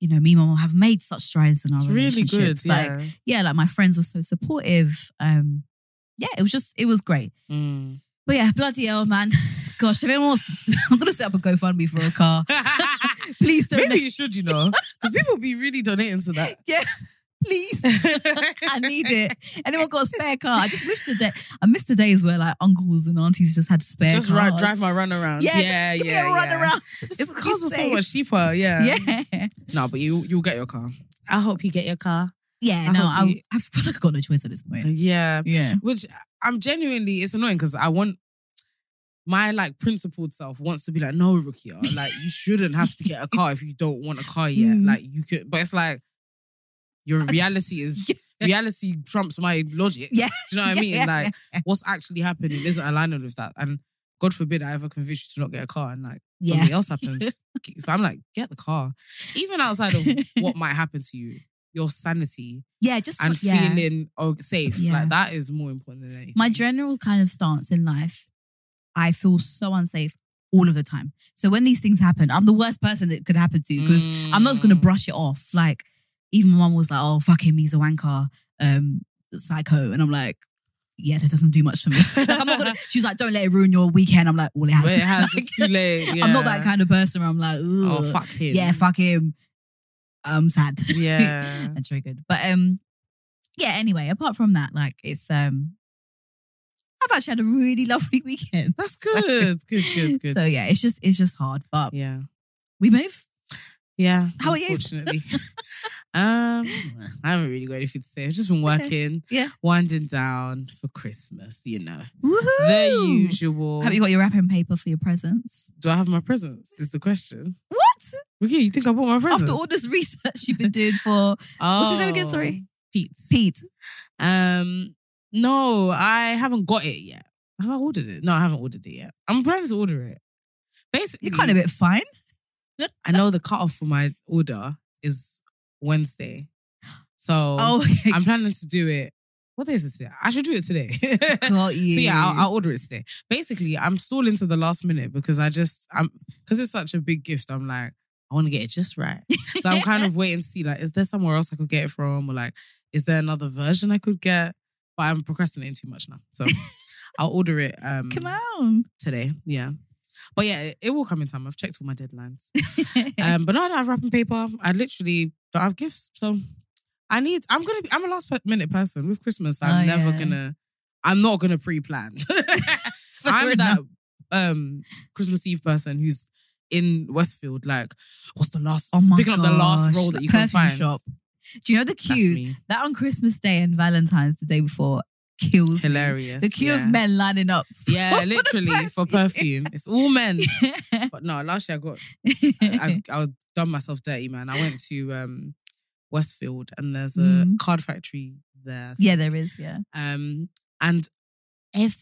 B: you know me and my mum have made such strides in our
A: It's really
B: relationships.
A: good.
B: Like
A: yeah.
B: yeah, like my friends were so supportive. Um, yeah, it was just it was great.
A: Mm.
B: But yeah, bloody hell, man. Gosh, if anyone wants to, I'm gonna set up a GoFundMe for a car.
A: Mm.
B: Please donate.
A: Maybe you should, you know, because people be really donating to that.
B: Yeah, please. I need it. Anyone got a spare car? I just wish the day I miss the days where like uncles and aunties just had spare
A: Just
B: cars.
A: ride, drive my runaround.
B: Yeah,
A: yeah,
B: just give
A: yeah.
B: me a run
A: yeah.
B: around.
A: It's
B: Just be
A: cars are so
B: safe.
A: much cheaper. Yeah.
B: Yeah,
A: No, but you you'll get your car. I hope you get your car.
B: yeah.
A: I
B: no,
A: hope
B: I,
A: you- Oh,
B: I feel like I got no choice at this point.
A: Yeah.
B: Yeah,
A: Which I'm genuinely it's annoying because I want my like principled self wants to be like, no, Rukia, like you shouldn't have to get a car if you don't want a car yet.
B: Mm.
A: Like you could but it's like your reality is reality trumps my logic.
B: Yeah.
A: Do you know what I
B: Yeah,
A: mean?
B: yeah,
A: like what's actually happening isn't aligning with that. And God forbid I ever convince you to not get a car and like
B: Yeah.
A: something else happens. so I'm like, get the car. Even outside of what might happen to you, your sanity
B: Yeah, just
A: and
B: yeah.
A: feeling oh, safe,
B: Yeah.
A: like that is more important than anything.
B: my general kind of stance in life, I feel so unsafe all of the time. So when these things happen, I'm the worst person that could happen to because I'm not just
A: Mm.
B: gonna brush it off. Like even my mum was like, "Oh, fuck him, he's a wanker, um, psycho," and I'm like, "Yeah, that doesn't do much for me." like I'm not gonna. She's like, "Don't let it ruin your weekend." I'm like, "Well, it has."
A: But it has
B: Like,
A: it's too late.
B: I'm not that
A: yeah.
B: kind of person. Where I'm like,
A: Oh
B: "Ugh,
A: fuck him.
B: yeah, fuck him." I'm sad
A: Yeah.
B: and triggered. But um, yeah. Anyway, apart from that, like it's um, I've actually had a really lovely weekend.
A: That's good. Good, good, good.
B: So yeah, it's just it's just hard, but
A: Yeah.
B: we move.
A: Yeah.
B: How are you?
A: Unfortunately. um, I haven't really got anything to say. I've just been working,
B: Yeah.
A: winding down for Christmas, you know.
B: Woohoo!
A: The usual.
B: Have you got your wrapping paper for your presents?
A: Do I have my presents? Is the question.
B: What?
A: Okay, you think I bought my presents?
B: After all this research you've been doing for
A: oh,
B: what's his name again? Sorry,
A: Pete.
B: Pete.
A: Um, no, I haven't got it yet. Have I ordered it? No, I haven't ordered it yet. I'm planning to order it. Basically,
B: You're kind of a bit fine.
A: I know the cutoff for my order is Wednesday. So
B: Oh, okay.
A: I'm planning to do it. What day is it today? I should do it today. so
B: got you.
A: yeah, I'll, I'll order it today. Basically, I'm stalling to the last minute because I just I'm because it's such a big gift. I'm like, I want to get it just right. So I'm kind of waiting to see like, is there somewhere else I could get it from, or like, is there another version I could get? But I'm procrastinating too much now, so I'll order it um,
B: come on.
A: today. Yeah, but yeah, it, it will come in time. I've checked all my deadlines. Um, but no, I don't have wrapping paper. I literally don't have gifts. So I need. I'm gonna. Be, I'm a last per- minute person with Christmas. I'm
B: Oh,
A: never
B: yeah.
A: gonna. I'm not gonna pre-plan.
B: Fair
A: I'm
B: enough.
A: that um Christmas Eve person who's in Westfield. Like, what's the last?
B: Oh my
A: picking up the last
B: gosh,
A: roll
B: the
A: that you can
B: perfume
A: find.
B: shop. Do you know the
A: That's
B: queue
A: me.
B: that on Christmas Day and Valentine's the day before kills me.
A: Hilarious.
B: The queue
A: yeah.
B: of men lining up.
A: Yeah,
B: for the
A: literally for perfume. It's all men.
B: perfume.
A: But no, last year I got I, I, I done myself dirty, man. I went to um, Westfield and there's a
B: Mhm.
A: card factory there.
B: yeah, there is. Yeah.
A: Um, and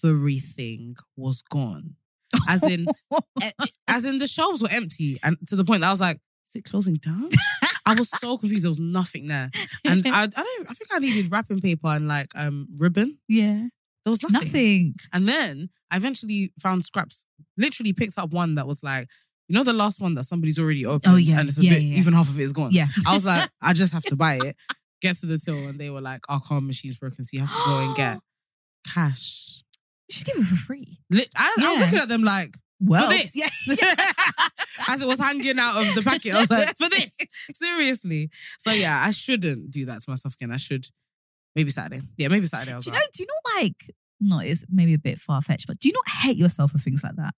A: everything was gone. As in, eh, as in the shelves were empty, and to the point that I was like, "Is it closing down?" I was so confused. There was nothing there, and I, I don't. I think I needed wrapping paper and like um ribbon.
B: yeah,
A: There was nothing.
B: nothing.
A: And then I eventually found scraps. Literally picked up one that was like, you know, the last one that somebody's already opened.
B: Oh, yeah.
A: and it's a
B: Yeah,
A: bit,
B: yeah, yeah.
A: even half of it is gone.
B: Yeah,
A: I was like, I just have to buy it. Get to the till, and they were like, our card machine's broken, so you have to go and get cash.
B: you should give it for free.
A: Lit- I, I was
B: Yeah.
A: looking at them like,
B: Well,
A: for this.
B: yeah,
A: As it was hanging out of the packet, I was like, for this. Seriously. So yeah, I shouldn't do that to myself again. I should maybe Saturday. Yeah, maybe Saturday. I was
B: Do you know?
A: like,
B: Do you not like? No, it's maybe a bit far fetched, but do you not hate yourself for things like that?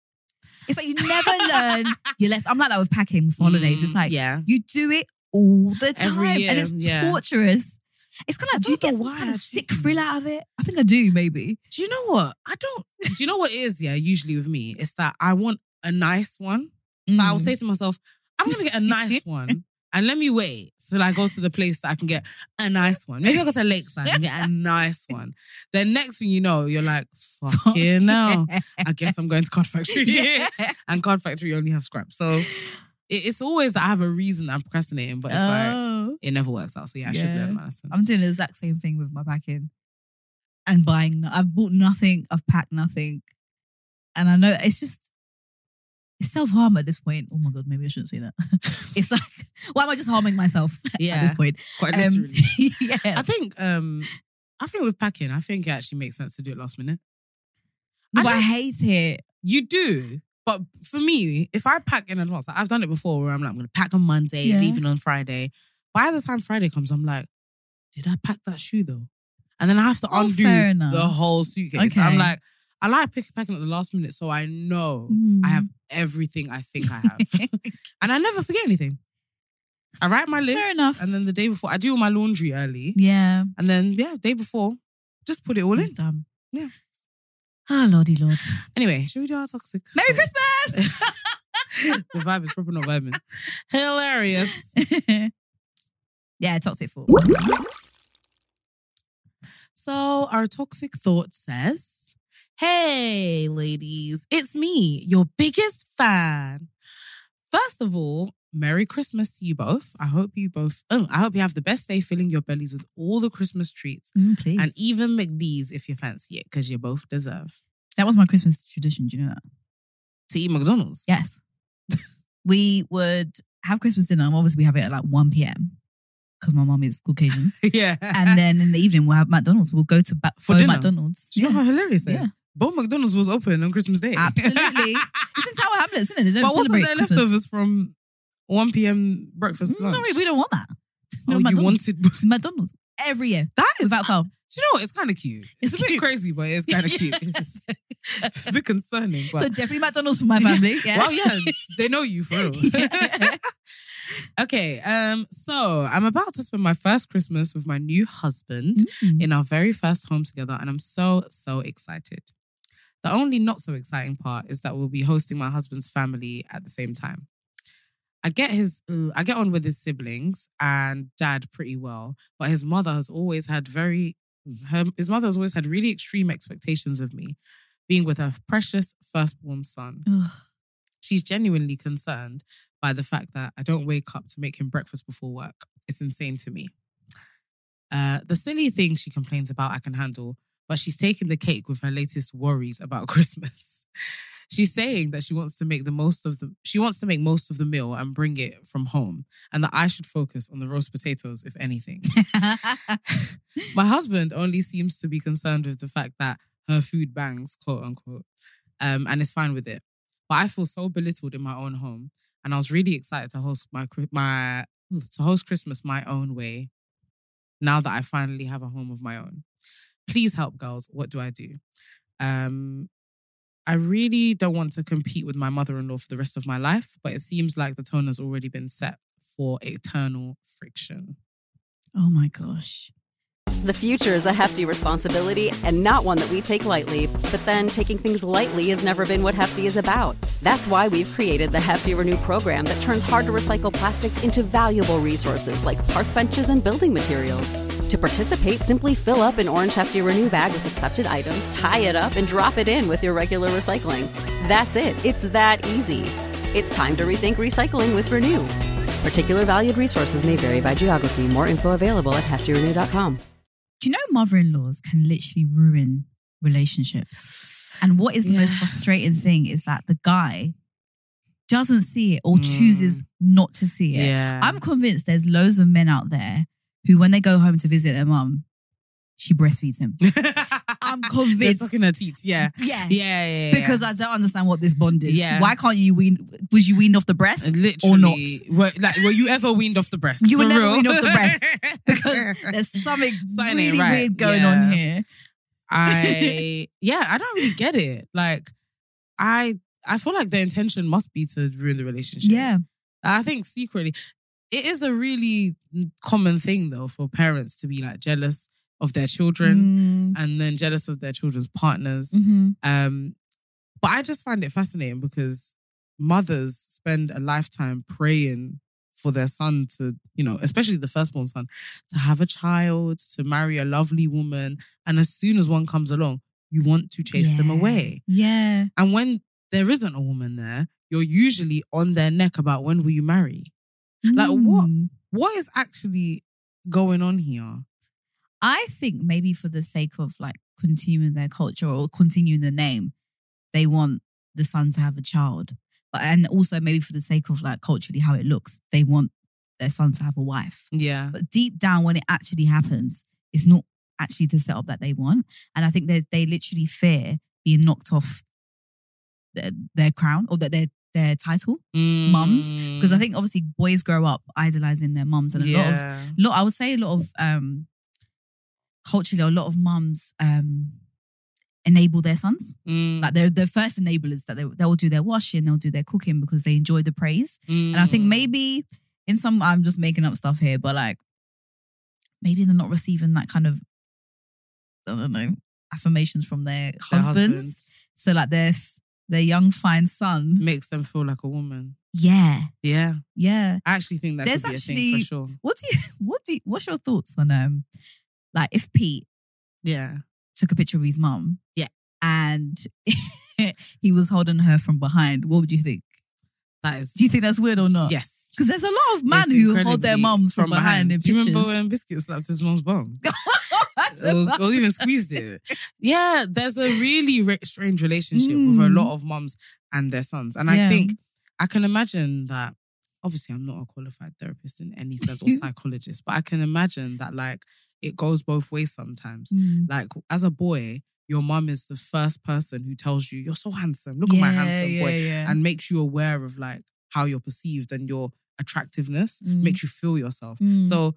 B: It's like you never learn your lesson. I'm like that with packing for holidays. It's
A: mm,
B: like
A: yeah.
B: you do it all the time,
A: Every year,
B: and it's
A: yeah.
B: torturous. It's kind of like, do you
A: don't
B: get
A: know
B: some
A: why
B: kind
A: I
B: of sick
A: do.
B: thrill out of it? I think I do, maybe.
A: Do you know what? I don't. Do you know what it is? Yeah, usually with me, it's that I want a nice one. So I will
B: Mm.
A: say to myself, I'm gonna get a nice one. And let me wait till I go to the place that I can get a nice one. Maybe I'll go to Lakeside and get a nice one. Then next thing you know, you're like, fucking no. I guess I'm going to Card Factory.
B: Mm. Yeah.
A: And Card Factory only have scrap. So it- it's always that I have a reason I'm procrastinating, but it's like,
B: Oh.
A: it never works out. So yeah, I should
B: Yeah.
A: learn my lesson.
B: I'm doing the exact same thing with my packing and buying. I've bought nothing. I've packed nothing, and I know it's just it's self harm at this point. Oh my god, maybe I shouldn't say that. it's like why am I just harming myself at
A: Yeah,
B: this point?
A: quite
B: Um,
A: literally. I
B: yeah,
A: think um I think with packing, I think it actually makes sense to do it last minute.
B: but
A: I
B: I,
A: just-
B: hate it.
A: You do. But for me, if I pack in advance, like I've done it before where I'm like, I'm gonna pack on Monday,
B: Yeah.
A: leaving on Friday. By the time Friday comes, I'm like, did I pack that shoe though? And then I have to
B: Oh,
A: undo
B: fair enough.
A: the whole suitcase.
B: Okay.
A: I'm like, I like pick, packing at the last minute, so I know I have
B: Mm-hmm.
A: everything I think I have.
B: Hmm.
A: and I never forget anything. I write my list.
B: enough.
A: And then the day before, I do all my laundry early.
B: yeah, Mm.
A: And then, yeah, day before, just put it all in.
B: it's dumb.
A: Yeah.
B: Ah, lordy lord.
A: Anyway, should we do our toxic?
B: Merry Christmas.
A: the vibe is proper not vibing. Hilarious.
B: Yeah, toxic thought.
A: Mm, So our toxic thought says, Hey, ladies, it's me, your biggest fan. First of all, Merry Christmas to you both. I hope you both, oh, I hope you have the best day filling your bellies with all the Christmas treats
B: Mm, please.
A: and e- even McD's if you fancy it, because you both deserve
B: that was my Christmas tradition. Do you know that?
A: to eat McDonald's.
B: Yes. we would have Christmas dinner. And obviously, we have it at like 1 p.m. because my mum is Caucasian.
A: yeah.
B: and then in the evening, we'll have McDonald's. We'll go to ba-
A: For
B: for
A: dinner?
B: McDonald's.
A: do you know how hilarious that is?
B: Yeah.
A: Both McDonald's was open on Christmas Day.
B: Absolutely. It's in Tower Hamlets, isn't it? They don't
A: but wasn't
B: celebrate
A: there
B: Christmas.
A: leftovers from 1 p.m. breakfast
B: No,
A: lunch?
B: we don't want that.
A: Oh,
B: No,
A: you
B: McDonald's.
A: wanted.
B: It's McDonald's every year.
A: That is
B: Without fail.
A: Do you know what? It's kind of cute. It's,
B: It's
A: a bit
B: cute.
A: crazy, but it's kind of cute. It's
B: Yes.
A: a bit concerning. But
B: so definitely McDonald's for my family. Yeah.
A: well, yeah, they know you for real.
B: Yeah.
A: okay, um, so I'm about to spend my first Christmas with my new husband
B: Mm.
A: in our very first home together, and I'm so so excited. The only not so exciting part is that we'll be hosting my husband's family at the same time. I get his, uh, I get on with his siblings and dad pretty well, but his mother has always had very, her, his mother has always had really extreme expectations of me, being with her precious firstborn son.
B: Ugh.
A: She's genuinely concerned by the fact that I don't wake up to make him breakfast before work. It's insane to me. Uh, the silly things she complains about, I can handle, but she's taking the cake with her latest worries about Christmas. She's saying that she wants to make the most of the she wants to make most of the meal and bring it from home, and that I should focus on the roast potatoes, if anything. My husband only seems to be concerned with the fact that her food bangs, quote unquote, um, and is fine with it. But I feel so belittled in my own home, and I was really excited to host my Chri- my to host Christmas my own way. Now that I finally have a home of my own, please help, girls. What do I do? Um, I really don't want to compete with my mother-in-law for the rest of my life, but it seems like the tone has already been set for eternal friction.
B: oh my gosh.
D: The future is a hefty responsibility and not one that we take lightly, but then taking things lightly has never been what Hefty is about. That's why we've created the Hefty Renew program that turns hard to recycle plastics into valuable resources like park benches and building materials. To participate, simply fill up an orange Hefty Renew bag with accepted items, tie it up, and drop it in with your regular recycling. That's it, it's that easy. It's time to rethink recycling with Renew. Particular valued resources may vary by geography. More info available at heftyrenew.com.
B: Do you know mother-in-laws can literally ruin relationships? And what is the most
A: Yeah.
B: frustrating thing is that the guy doesn't see it or chooses not to see it.
A: Mm. Yeah,
B: I'm convinced there's loads of men out there who, when they go home to visit their mum, she breastfeeds him. I'm
A: They're
B: convinced.
A: sucking her teeth. Yeah.
B: Yeah.
A: Yeah, yeah, yeah.
B: Because I don't understand what this bond is.
A: Yeah.
B: Why can't you wean? Was you weaned off the breast
A: literally,
B: or not?
A: Were, like, were you ever weaned off the breast?
B: You were
A: For
B: never
A: real?
B: weaned off the breast. Because there's something
A: Something ain't
B: really
A: right.
B: weird going
A: Yeah.
B: on here.
A: I yeah, I don't really get it. Like, I I feel like the intention must be to ruin the relationship.
B: Yeah.
A: I think secretly, it is a really common thing though for parents to be like jealous of their children
B: Mm,
A: and then jealous of their children's partners.
B: mhm.
A: Um, but I just find it fascinating because mothers spend a lifetime praying for their son to, you know, especially the firstborn son, to have a child, to marry a lovely woman. And as soon as one comes along, you want to chase them
B: Yeah.
A: away.
B: Yeah.
A: And when there isn't a woman there, you're usually on their neck about when will you marry? Like, what?
B: Mm.
A: What is actually going on here?
B: I think maybe for the sake of like continuing their culture or continuing the name, they want the son to have a child. But and also maybe for the sake of like culturally how it looks, they want their son to have a wife.
A: Yeah.
B: But deep down, when it actually happens, it's not actually the setup that they want. And I think they they literally fear being knocked off their, their crown or that their their title
A: Mm.
B: Mums? because I think obviously boys grow up idolizing their mums and a lot of
A: yeah.
B: lot I would say a lot of um culturally a lot of mums um enable their sons.
A: Mm,
B: Like they're the first enablers that they they'll do their washing, they'll do their cooking because they enjoy the praise. And I think
A: mm.
B: maybe in some I'm just making up stuff here, but like maybe they're not receiving that kind of I don't know affirmations from their,
A: Their
B: husbands. So like they're f- their young fine son.
A: Makes them feel like a woman.
B: Yeah,
A: Yeah.
B: yeah.
A: I actually think that
B: There's
A: could be a thing
B: actually-
A: for sure.
B: What do you? What do? You, what's your thoughts on um, like if Pete
A: Yeah.
B: took a picture of his mum?
A: Yeah.
B: and he was holding her from behind. What would you think?
A: That is
B: Do you think that's weird or not?
A: Yes.
B: because there's a lot of men
A: It's
B: who hold their
A: incredibly
B: mums from, behind. in
A: Do you remember
B: pictures.
A: when Biscuit slapped his mom's bum? or, or even squeezed it. Yeah, there's a really re- strange relationship with a
B: Mm.
A: lot of mums and their sons. And I
B: Yeah.
A: think I can imagine that, obviously, I'm not a qualified therapist in any sense or psychologist, but I can imagine that, like, it goes both ways sometimes.
B: Mm.
A: Like, as a boy, your mum is the first person who tells you, You're so handsome. Look at my
B: Yeah,
A: handsome
B: yeah,
A: boy.
B: yeah.
A: And makes you aware of, like, how you're perceived and your attractiveness,
B: Mm.
A: makes you feel yourself.
B: Mm.
A: So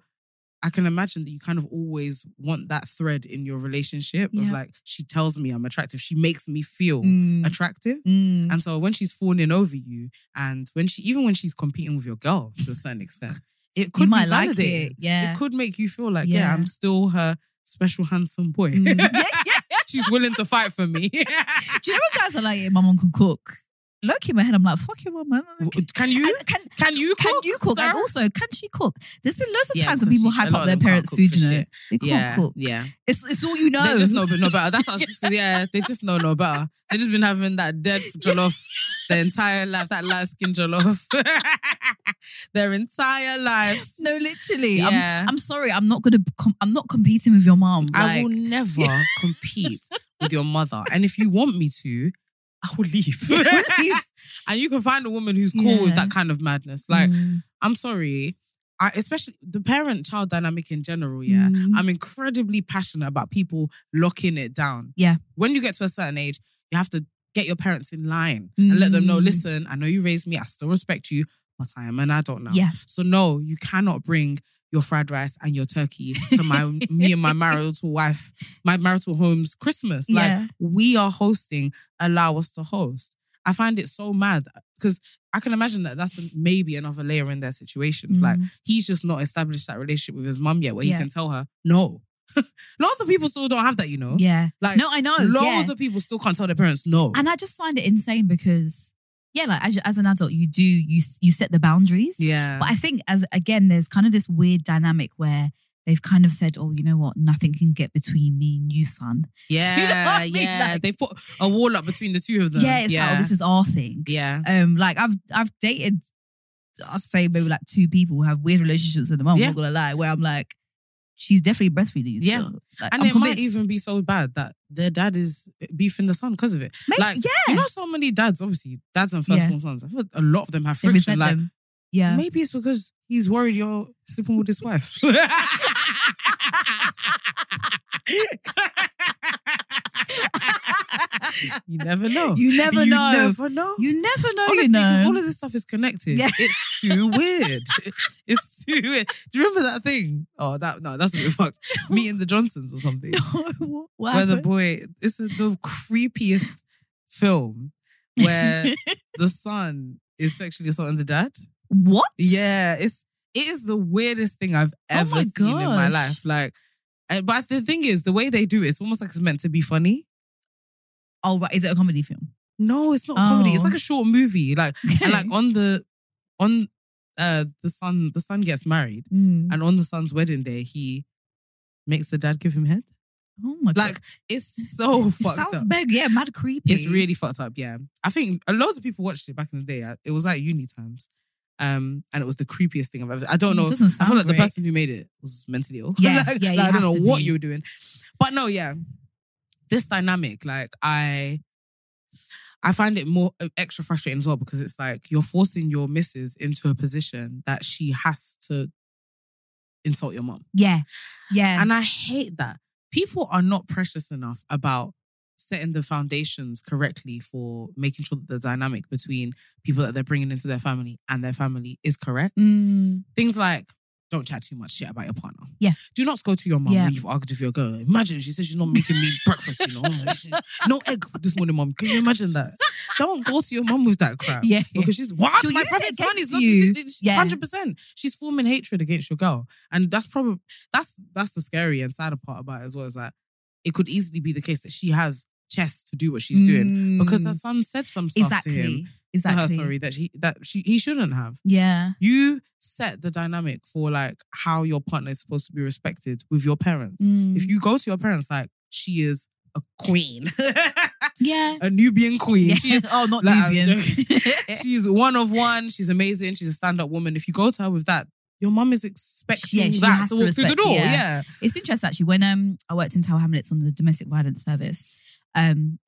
A: I can imagine that you kind of always want that thread in your relationship of
B: Yeah.
A: like, she tells me I'm attractive. She makes me feel
B: Mm.
A: attractive.
B: Mm.
A: And so when she's fawning over you and when she, even when she's competing with your girl to a certain extent, it could
B: you
A: be
B: might like
A: validating.
B: it. Yeah.
A: It could make you feel like, yeah,
B: Yeah.
A: I'm still her special handsome boy.
B: Mm. Yeah, yeah, yeah.
A: she's willing to fight for me.
B: Do you know when guys are like, yeah, my mom can cook? Look in my head, I'm like, fuck your mom, man.
A: Can you?
B: And can,
A: Can you cook?
B: can you cook?
A: sir?
B: And also, can she cook? There's been loads of
A: Yeah,
B: times when
A: because
B: people
A: she- a
B: hype
A: lot
B: up
A: of
B: their
A: them can't
B: parents'
A: cook
B: food,
A: for
B: you know.
A: shit.
B: They can't
A: Yeah,
B: cook.
A: yeah.
B: It's, it's all you know.
A: They just know no better. That's what I was just, yeah. They just know no better. They just been having that dead jollof their entire life. That light skin jollof. their entire lives.
B: No, literally.
A: Yeah.
B: I'm, I'm sorry, I'm not gonna com- I'm not competing with your mom.
A: I
B: Like,
A: will never compete with your mother, and if you want me to, I will leave. and you can find a woman who's cool with
B: Yeah.
A: that kind of madness. Like
B: Mm.
A: I'm sorry. I, especially the parent child dynamic in general, yeah.
B: Mm.
A: I'm incredibly passionate about people locking it down.
B: Yeah.
A: When you get to a certain age, you have to get your parents in line and let them know
B: Mm.
A: listen, I know you raised me, I still respect you, but I am an adult now.
B: Yeah.
A: So, no, you cannot bring your fried rice and your turkey to my me and my marital wife, my marital home's Christmas. Like,
B: Yeah.
A: we are hosting, allow us to host. I find it so mad because I can imagine that that's maybe another layer in their situation. Like
B: Mm.
A: he's just not established that relationship with his mum yet, where he
B: Yeah.
A: can tell her no. lots of people still don't have that, you know.
B: Yeah.
A: Like
B: No, I know.
A: loads
B: yeah.
A: of people still can't tell their parents no.
B: and I just find it insane because yeah, like as, as an adult, you do you s- you set the boundaries.
A: yeah,
B: But I think as again, there's kind of this weird dynamic where they've kind of said, "Oh, you know what? Nothing can get between me and you, son."
A: yeah,
B: you know what I mean?
A: yeah.
B: Like-
A: they put a wall up between the two of them.
B: yeah, it's
A: yeah,
B: like, "Oh, this is our thing."
A: yeah.
B: Um, like I've I've dated, I'd say maybe like two people who have weird relationships at the moment.
A: Yeah.
B: I'm not gonna lie, where I'm like, she's definitely breastfeeding you.
A: Yeah.
B: still." Like,
A: And
B: I'm
A: it
B: convinced.
A: might even be so bad that their dad is beefing the son because of it.
B: Maybe-
A: like,
B: yeah,
A: You know, so many dads, obviously, dads and firstborn sons. I feel a lot of them have
B: they
A: friction.
B: resent
A: Like,
B: them. Yeah,
A: maybe it's because he's worried you're sleeping with his wife. you never know.
B: you never know.
A: You never know.
B: you never know.
A: Honestly,
B: you
A: 'cause
B: know.
A: all of this stuff is connected.
B: Yeah.
A: It's too weird. it's too weird. Do you remember that thing? Oh, that no, that's a bit fucked. Meeting the Johnsons or something
B: No, what
A: where the
B: happened?
A: boy it's the creepiest film where the son is sexually assaulting the dad
B: what?
A: yeah it's it is the weirdest thing i've
B: Oh
A: ever
B: my
A: seen in my
B: gosh.
A: life like uh, but the thing is the way they do it, it's almost like it's meant to be funny
B: Oh, right. Is it a comedy film?
A: no it's not a comedy it's
B: Oh.
A: like a short movie like and like on the on uh the son the son gets married
B: Mm.
A: and on the son's wedding day he makes the dad give him head
B: Oh my
A: like it's so fucked
B: Sounds
A: up
B: big, yeah, mad creepy.
A: It's really fucked up, yeah. I think a lots of people watched it back in the day. I- It was like uni times. Um, and it was the creepiest thing I've ever. I don't
B: It
A: know.
B: doesn't
A: I feel
B: sound
A: like the
B: great.
A: person who made it was mentally ill.
B: Yeah,
A: like,
B: yeah, you
A: like, I don't
B: have
A: know
B: to
A: what
B: be.
A: you were doing, but no, yeah. This dynamic, like I, I find it more uh, extra frustrating as well because it's like you're forcing your missus into a position that she has to insult your mom.
B: yeah, yeah.
A: And I hate that. People are not precious enough about setting the foundations correctly for making sure that the dynamic between people that they're bringing into their family and their family is correct.
B: Mm,
A: Things like, don't chat too much shit about your partner.
B: Yeah.
A: Do not go to your mum
B: Yeah.
A: when you've argued with your girl. Imagine she says she's not making me breakfast, you know. Oh my shit. No egg this morning, mum. Can you imagine that? Don't go to your mum with that crap.
B: yeah, yeah.
A: Because she's what?
B: She'll
A: my
B: use it
A: brother's money is
B: against
A: not
B: you. Yeah.
A: hundred percent. She's forming hatred against your girl, and that's probably that's that's the scary and sad part about it as well is that it could easily be the case that she has chest to do what she's doing because her son said some stuff
B: Mm. exactly,
A: to him
B: exactly.
A: to her. Sorry, that she that she he shouldn't have.
B: Yeah,
A: You set the dynamic for like how your partner is supposed to be respected with your parents.
B: Mm.
A: If you go to your parents like she is a queen,
B: yeah.
A: a Nubian queen,
B: Yeah.
A: she is
B: oh, not
A: Like, I'm
B: Nubian.
A: she's one of one. She's amazing. She's a stand-up woman. If you go to her with that, your mum is expecting
B: Yeah, she
A: that
B: has
A: to
B: to
A: walk through
B: respect-
A: the door.
B: yeah.
A: Yeah.
B: It's interesting actually. When um I worked in Tower Hamlets on the domestic violence service, um,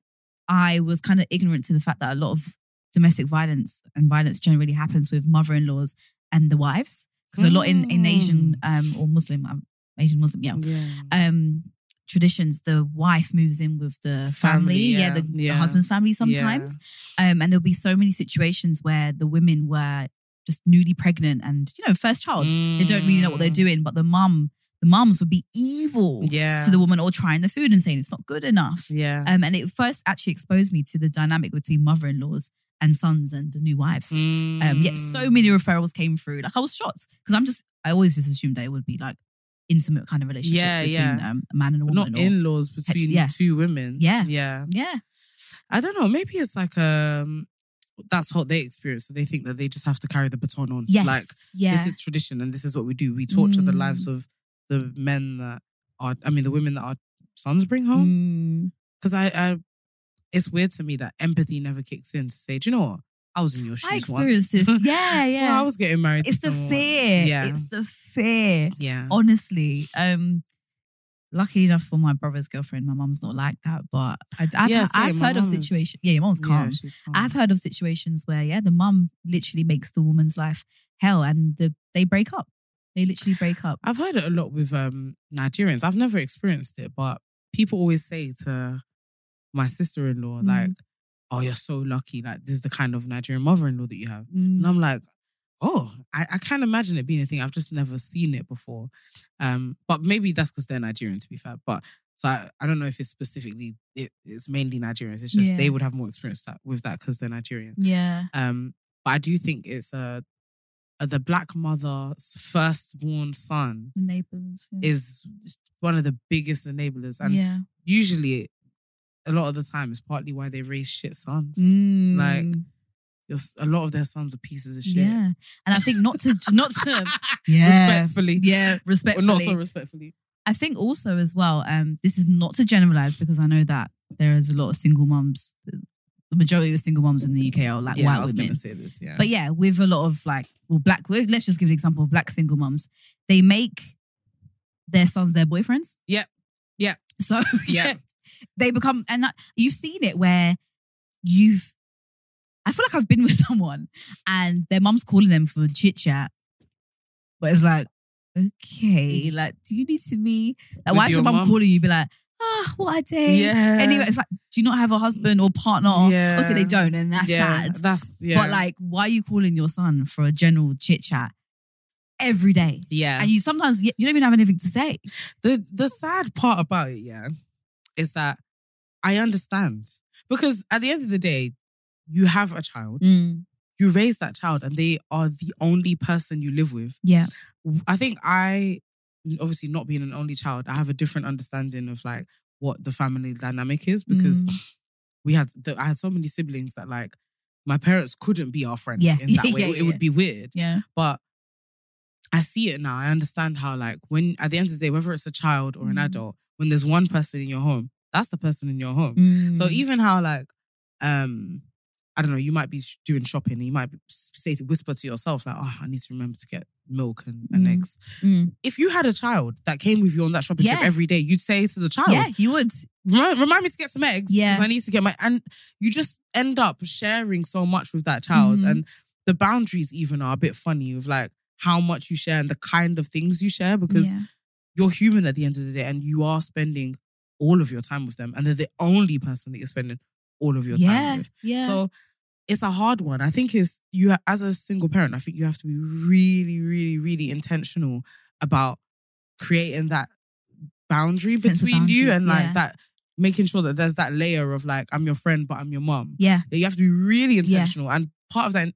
B: I was kind of ignorant to the fact that a lot of domestic violence and violence generally happens with mother-in-laws and the wives. Because a lot in, in Asian
A: Mm.
B: um or Muslim, um, Asian Muslim, yeah, um traditions, the wife moves in with the family,
A: Family,
B: yeah,
A: yeah,
B: the, the
A: yeah.
B: husband's family sometimes. Um, and there'll be so many situations where the women were just newly pregnant and, you know, first child. Oh, They don't really know what they're
A: Mm.
B: doing, but the mum, the mums would be evil
A: Yeah.
B: to the woman or trying the food and saying it's not good enough.
A: yeah.
B: Um, and it first actually exposed me to the dynamic between mother in laws and sons and the new wives. Um, yet
A: Mm.
B: so many referrals came through. Like I was shocked because I'm just I always just assumed that it would be like intimate kind of relationships
A: Yeah,
B: between
A: yeah.
B: Um, a man and a woman.
A: not
B: or-
A: in-laws between
B: yeah.
A: two women.
B: Yeah.
A: Yeah.
B: yeah,
A: I don't know. Maybe it's like um that's what they experience. So they think that they just have to carry the baton on.
B: yes,
A: Like
B: yeah,
A: this is tradition and this is what we do. We torture the
B: Mm.
A: lives of the men that are I mean the women that our sons bring home.
B: Mm,
A: because I, I it's weird to me that empathy never kicks in to say, do you know what? I was in your shoes
B: I experienced
A: once.
B: this. Yeah, yeah.
A: Well, I was getting married. to
B: it's the
A: someone.
B: fear.
A: Yeah,
B: It's Oh, the fear.
A: yeah.
B: Honestly, um, lucky enough for my brother's girlfriend, my mum's not like that. But I, I've,
A: Yeah,
B: I've
A: same. My
B: heard of
A: mum is-
B: situations. Yeah, your mum's
A: Yeah,
B: calm.
A: she's calm.
B: I've heard of situations where yeah, the mum literally makes the woman's life hell, and the, they break up. They literally break up.
A: I've heard it a lot with um, Nigerians. I've never experienced it, but people always say to my sister-in-law,
B: Mm.
A: like, "Oh, you're so lucky. Like, this is the kind of Nigerian mother-in-law that you have."
B: Mm,
A: And I'm like, oh, I, I can't imagine it being a thing. I've just never seen it before. Um, but maybe that's because they're Nigerian, to be fair. But so I, I don't know if it's specifically, it, it's mainly Nigerians. It's just
B: Yeah.
A: they would have more experience that, with that because they're Nigerian.
B: Yeah.
A: Um, but I do think it's uh, the black mother's firstborn son
B: The neighbors. Yeah.
A: is one of the biggest enablers. And
B: Mm. yeah.
A: usually, a lot of the time, it's partly why they raise shit sons.
B: Mm.
A: Mm, like, Your s- a lot of their sons are pieces of shit.
B: yeah. And I think not to not to
A: Respectfully.
B: Yeah,
A: Or
B: respectfully.
A: not so respectfully.
B: I think also as well, um, this is not to generalize because I know that there is a lot of single mums. The majority of single mums in the UK are like
A: I
B: white
A: was
B: women.
A: gonna say this. Yeah,
B: But yeah, with a lot of like, well, black. well, Let's just give an example of black single mums. They make their sons their boyfriends.
A: Yep. Yep.
B: So yeah,
A: yeah,
B: they become and that, you've seen it where you've. I feel like I've been with someone and their mum's calling them for chit chat, but it's like, okay, like, do you need to be like?
A: Mm. With
B: why is
A: your
B: your mum
A: mum?
B: calling you? Be like, ah, what a day.
A: yeah.
B: Anyway, it's like, do you not have a husband or partner?
A: Yeah.
B: Obviously, they don't, and that's
A: yeah,
B: sad.
A: That's yeah,
B: But like, why are you calling your son for a general chit chat every day?
A: yeah.
B: And you sometimes you don't even have anything to say.
A: the the sad part about it, yeah, is that I understand because at the end of the day, you have a child,
B: Mm.
A: you raise that child, and they are the only person you live with.
B: Yeah.
A: I think I obviously not being an only child, I have a different understanding of like what the family dynamic is
B: Mm.
A: because we had the, I had so many siblings that like my parents couldn't be our friends
B: Yeah.
A: in that
B: Yeah,
A: way.
B: yeah,
A: it
B: yeah.
A: would be weird.
B: yeah,
A: But I see it now. I understand how like when at the end of the day, whether it's a child or an
B: Mm.
A: adult, when there's one person in your home, that's the person in your home.
B: Mm. Mm-hmm.
A: So e even how like um I don't know, you might be sh- doing shopping and you might be- say to whisper to yourself like, "Oh, I need to remember to get milk and, and
B: Mm.
A: eggs." If you had a child that came with you on that shopping trip
B: Yeah.
A: every day, you'd say to the child,
B: yeah, you would.
A: remind, remind me to get some eggs
B: Yeah.
A: because I need to get my and you just end up sharing so much with that child
B: Mhm.
A: and the boundaries even are a bit funny of like how much you share and the kind of things you share because
B: Yeah.
A: you're human at the end of the day and you are spending all of your time with them and they're the only person that you're spending all of your
B: yeah,
A: time with.
B: yeah.
A: So it's a hard one. I think it's you ha- as a single parent, I think you have to be really really really intentional about creating that boundary
B: Sense of
A: between you
B: boundaries,
A: and like
B: yeah.
A: that making sure that there's that layer of like I'm your friend but I'm your mom.
B: yeah,
A: You have to be really intentional and part of that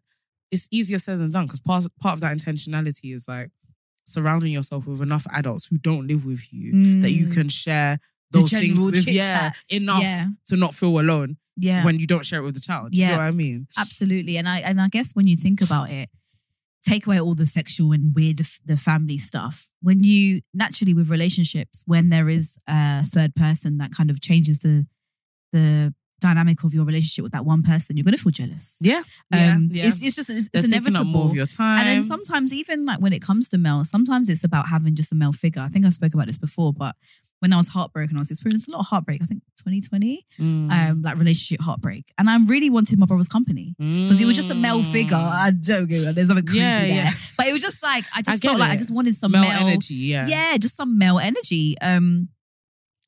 A: it's easier said than done because part, part of that intentionality is like surrounding yourself with enough adults who don't live with you that you
B: Mm.
A: can share
B: The
A: those things
B: general
A: with
B: chit
A: yeah enough
B: Yeah.
A: to not feel alone
B: Yeah.
A: when you don't share it with the child. Do You
B: Yeah.
A: know what I mean?
B: Absolutely, and I and I guess when you think about it, take away all the sexual and weird f- the family stuff. When you naturally with relationships, when there is a third person that kind of changes the the dynamic of your relationship with that one person, you're gonna feel jealous.
A: Yeah,
B: um,
A: yeah.
B: It's, it's just it's,
A: They're
B: it's
A: taking up more
B: inevitable.
A: of your time.
B: And then sometimes, even like when it comes to male, sometimes it's about having just a male figure. I think I spoke about this before, but when I was heartbroken, I was experiencing a lot of heartbreak. I think 2020,
A: Mm.
B: um, like relationship heartbreak, and I really wanted my brother's company
A: Um,
B: because it was just a male figure. I don't know. There's nothing creepy
A: Mm. Yeah,
B: there,
A: yeah.
B: but it was just like I just
A: I get
B: felt like I
A: it.
B: just wanted some
A: male,
B: male,
A: energy. Yeah.
B: Yeah, just some male energy. Um,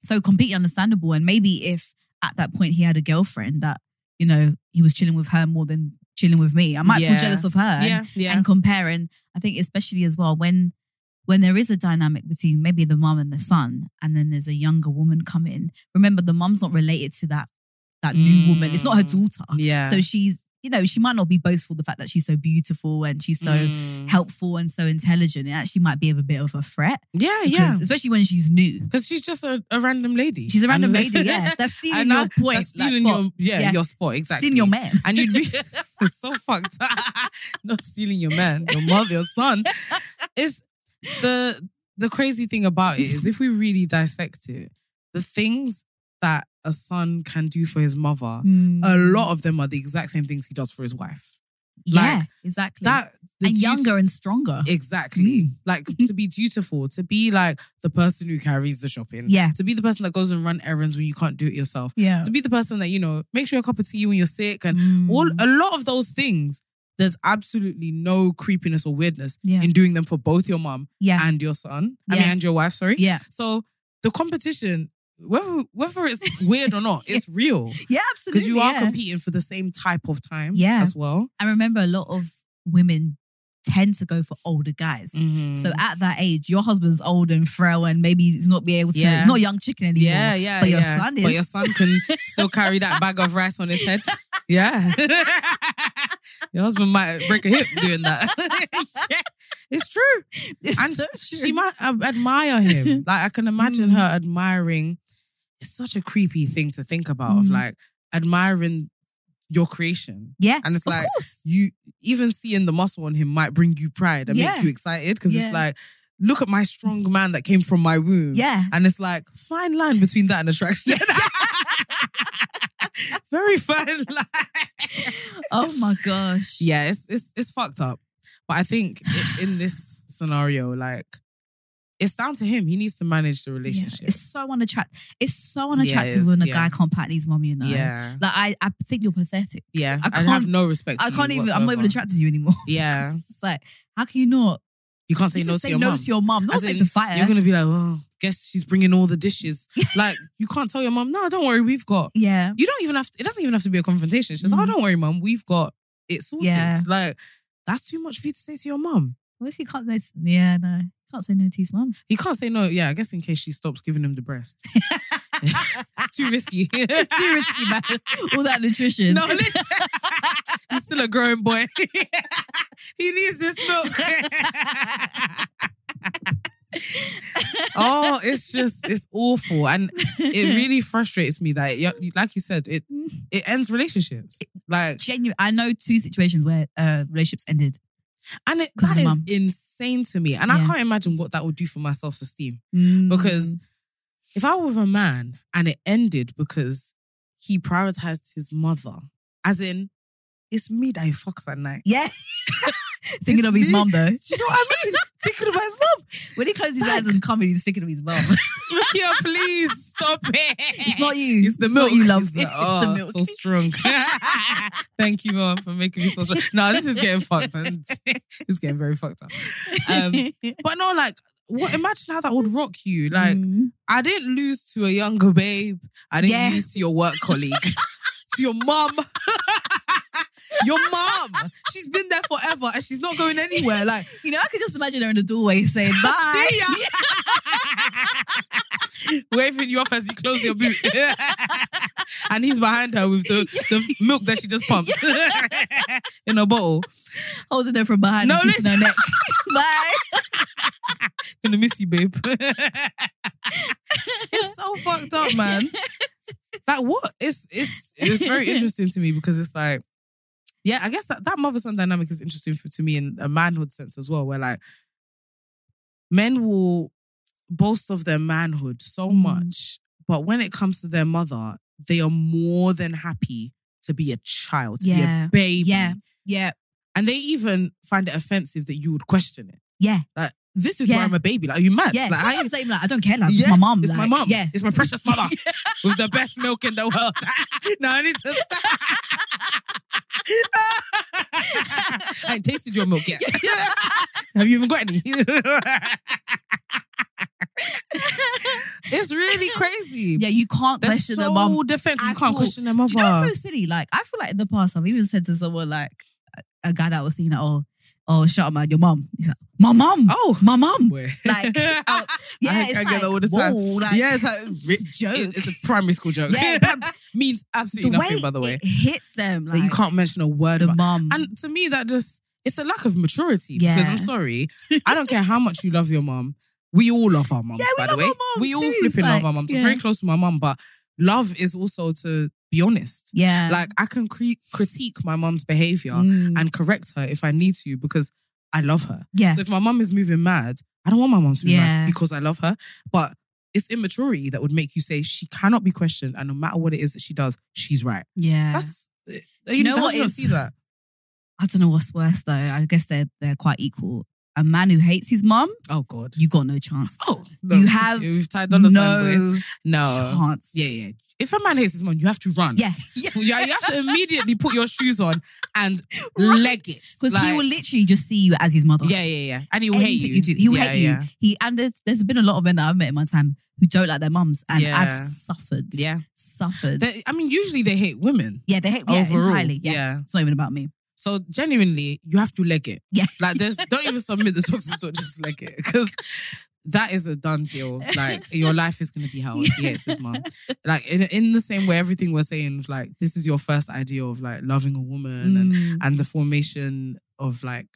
B: so completely understandable. And maybe if at that point he had a girlfriend that you know he was chilling with her more than chilling with me, I might
A: Yeah.
B: feel jealous of her. and-
A: yeah, yeah.
B: and compare. And I think especially as well when when there is a dynamic between maybe the mum and the son, and then there's a younger woman come in. Remember, the mum's not related to that that new woman. It's not her
A: Mm.
B: daughter.
A: Yeah.
B: So she's you know she might not be boastful of the fact that she's so beautiful and she's so
A: Mm.
B: helpful and so intelligent. It actually might be of a bit of a threat.
A: yeah, yeah.
B: because- especially when she's new.
A: Because she's just a, a random lady.
B: She's a random
A: And-
B: lady. Yeah, that's stealing
A: And
B: your
A: that-
B: point.
A: That's
B: like,
A: stealing
B: spot.
A: your yeah,
B: Yeah.
A: your spot exactly.
B: stealing your man.
A: And you'd be it's so fucked. Not stealing your man, your mother, your son. It's the the crazy thing about it is if we really dissect it, the things that a son can do for his mother, a lot of them are the exact same things he does for his wife.
B: Mm. yeah,
A: like,
B: exactly.
A: That the
B: Mm. and
A: duty-
B: younger Mm. and stronger.
A: Exactly. Like to be dutiful, to be like the person who carries the shopping.
B: Yeah.
A: To be the person that goes and run errands when you can't do it yourself.
B: yeah. Mm.
A: To be the person that, you know, makes you a cup of tea when you're sick and all
B: Mm-hmm.
A: a lot of those things. There's absolutely no creepiness or weirdness
B: Yeah.
A: in doing them for both your mom
B: yeah.
A: and your son. I
B: Yeah.
A: mean and your wife, sorry.
B: yeah.
A: So the competition, whether whether it's weird or not, it's real.
B: Yeah,
A: Because
B: absolutely.
A: you are
B: yeah.
A: competing for the same type of time
B: Yeah.
A: as well.
B: I remember a lot of women tend to go for older guys.
A: Mm-hmm. Mm.
B: So at that age, your husband's old and frail, and maybe he's not be able to.
A: Yeah.
B: He's not a young chicken anymore.
A: Yeah, yeah,
B: But your
A: yeah.
B: son
A: But
B: is.
A: your son can still carry that bag of rice on his head. Yeah. your husband might break a hip doing that. yeah. It's true.
B: It's
A: and
B: so
A: she-
B: true.
A: she might ab- admire him. Like I can imagine
B: Mm.
A: her admiring. It's such a creepy thing to think about of
B: Mm.
A: like admiring your creation.
B: yeah,
A: And it's
B: of
A: like
B: course.
A: you even seeing the muscle on him might bring you pride and
B: Yeah.
A: make you excited because
B: Yeah.
A: it's like, look at my strong man that came from my womb.
B: Yeah,
A: And it's like fine line between that and attraction. Very fine line.
B: oh my gosh.
A: Yeah, it's it's it's fucked up. But I think i- in this scenario, like it's down to him. He needs to manage the
B: Yeah.
A: relationship.
B: It's so unattractive. It's so unattractive
A: is,
B: when a
A: yeah.
B: guy can't pat his mum. You know.
A: Yeah.
B: Like I, I think you're pathetic.
A: Yeah.
B: I
A: I have
B: can't-
A: no respect.
B: I
A: for
B: can't
A: you
B: even. I'm not even
A: whatsoever.
B: attracted to you anymore.
A: Yeah.
B: it's just like, how can you not
A: You can't say
B: you
A: no
B: can
A: to
B: say
A: your
B: no
A: mum.
B: to your mum? No
A: As
B: one's meant
A: in,
B: to fight her.
A: You're gonna be like, oh, guess she's bringing all the dishes. like you can't tell your mum. No, don't worry, we've got.
B: yeah.
A: You don't even have. To, it doesn't even have to be a confrontation. She's like, oh,
B: Mm.
A: don't worry, mum, we've got it sorted.
B: Yeah.
A: Like that's too much for you to say to your mum.
B: Obviously, can't. Say, yeah, no, can't say no to his mum.
A: He can't say no. Yeah, I guess in case she stops giving him the breast. it's too risky. too
B: Too risky, man. All that nutrition.
A: No, listen. he's still a growing boy. he needs this milk. oh, it's just it's awful, and it really frustrates me that, it, like you said, it Mm. it ends relationships. Like,
B: Genuine. I know two situations where uh, relationships ended.
A: and it,
B: 'Cause of
A: that
B: the
A: is
B: mum.
A: insane to me, and I
B: Yeah.
A: can't imagine what that would do for my self esteem. Because if I were with a man and it ended because he prioritized his mother, as in, it's me that he fucks at night.
B: yeah, thinking of his
A: me.
B: mum though.
A: Do you know what I mean? Thinking about his mom.
B: When he closes his eyes and comedy, he's thinking of his mum.
A: Rukia, please stop it.
B: it's not you.
A: It's the
B: not
A: milk.
B: you love.
A: It's,
B: It's,
A: like,
B: the
A: oh,
B: milk.
A: So strong. Thank you, mom, for making me so strong. No, this is getting fucked. And it's getting very fucked up. Um, But no, like, what, imagine how that would rock you. Like,
B: Mm.
A: I didn't lose to a younger babe. I didn't
B: Yeah.
A: lose to your work colleague, to your mom. your mom. She's been there forever and she's not going anywhere. Like,
B: you know, I could just imagine her in the doorway saying bye.
A: see ya. Waving you off as you close your boot. and he's behind her with the, the milk that she just pumped in a bottle.
B: holding her from behind,
A: No,
B: and kissing her neck. bye.
A: Gonna miss you, babe. it's so fucked up, man. Like what? It's it's it's very interesting to me because it's like, yeah, I guess that that mother son dynamic is interesting for, to me in a manhood sense as well, where like men will boast of their manhood so
B: Mm.
A: much, but when it comes to their mother, they are more than happy to be a child, to
B: Yeah.
A: be a baby.
B: Yeah. Yeah.
A: And they even find it offensive that you would question it.
B: Yeah.
A: Like, this is why
B: Yeah.
A: I'm a baby. Like, are you mad?
B: Yeah.
A: Like, I,
B: Sometimes I, am like, I don't care. Like, it's
A: Yeah,
B: my mom.
A: It's
B: like,
A: my mom.
B: Yeah.
A: It's my precious mother with the best milk in the world. no, I need to stop. I ain't tasted your milk yet. Have you even got any? it's really crazy.
B: Yeah. You can't
A: They're
B: question
A: so
B: the mom.
A: defensive. You
B: at
A: can't
B: all.
A: question their
B: Do
A: mother.
B: you know it's so silly? Like I feel like in the past I've even said to someone like a a guy that was seen at all, oh shut up man, your mum. He's like, my mum,
A: oh,
B: my mum.
A: boy.
B: Like oh, yeah,
A: I,
B: it's
A: I
B: like,
A: get that all the time.
B: whoa, like,
A: yeah, it's like
B: it's a joke.
A: It, it's a primary school joke.
B: Oh. Yeah, but
A: means
B: the
A: absolutely
B: way
A: nothing. By the way,
B: it hits them,
A: Like,
B: like
A: you can't mention a word
B: the
A: about.
B: mum.
A: And to me, that just it's a lack of maturity. Because I'm
B: Yeah.
A: sorry, I don't care how much you love your mom. We all love our moms.
B: Yeah, we
A: by the
B: love
A: way,
B: our mum
A: we all
B: too. It's
A: flipping love
B: like,
A: our moms. I'm
B: yeah.
A: very close to my mom, but love is also to be honest.
B: yeah,
A: Like I can cre- critique my mom's behavior
B: Mm.
A: and correct her if I need to because I love her.
B: yeah,
A: So if my mom is moving mad, I don't want my mom to be mad
B: Yeah.
A: because I love her. But it's immaturity that would make you say she cannot be questioned, and no matter what it is that she does, she's right.
B: yeah.
A: That's eh, you,
B: you know
A: know
B: what
A: what? You
B: is-
A: see that.
B: I don't know what's worse though. I guess they're they're quite equal. A man who hates his mum,
A: Oh God.
B: you got no chance.
A: Oh,
B: You have
A: We've tied
B: no
A: dollar sign, boy. No.
B: chance.
A: Yeah, yeah. If a man hates his mom, you have to run.
B: yeah,
A: You you have to immediately put your shoes on and
B: Run.
A: leg it.
B: because he
A: Like,
B: will literally just see you as his mother.
A: Yeah, yeah, yeah. And he will hate
B: anything
A: you.
B: you do. He will
A: yeah,
B: hate you.
A: Yeah.
B: He and there's, there's been a lot of men that I've met in my time who don't like their mums, and
A: Yeah.
B: I've suffered.
A: yeah.
B: suffered.
A: They- I mean, usually they hate women.
B: yeah, they hate. Yeah,
A: overall.
B: entirely. Yeah. it's not even about me.
A: So genuinely, you have to leg it.
B: Yeah.
A: Like there's don't even submit the toxic thought, just leg it. Because that is a done deal. Like your life is gonna be hell if he hates his mom. Like in, in the same way everything we're saying was like this is your first idea of like loving a woman and
B: Mm.
A: and the formation of like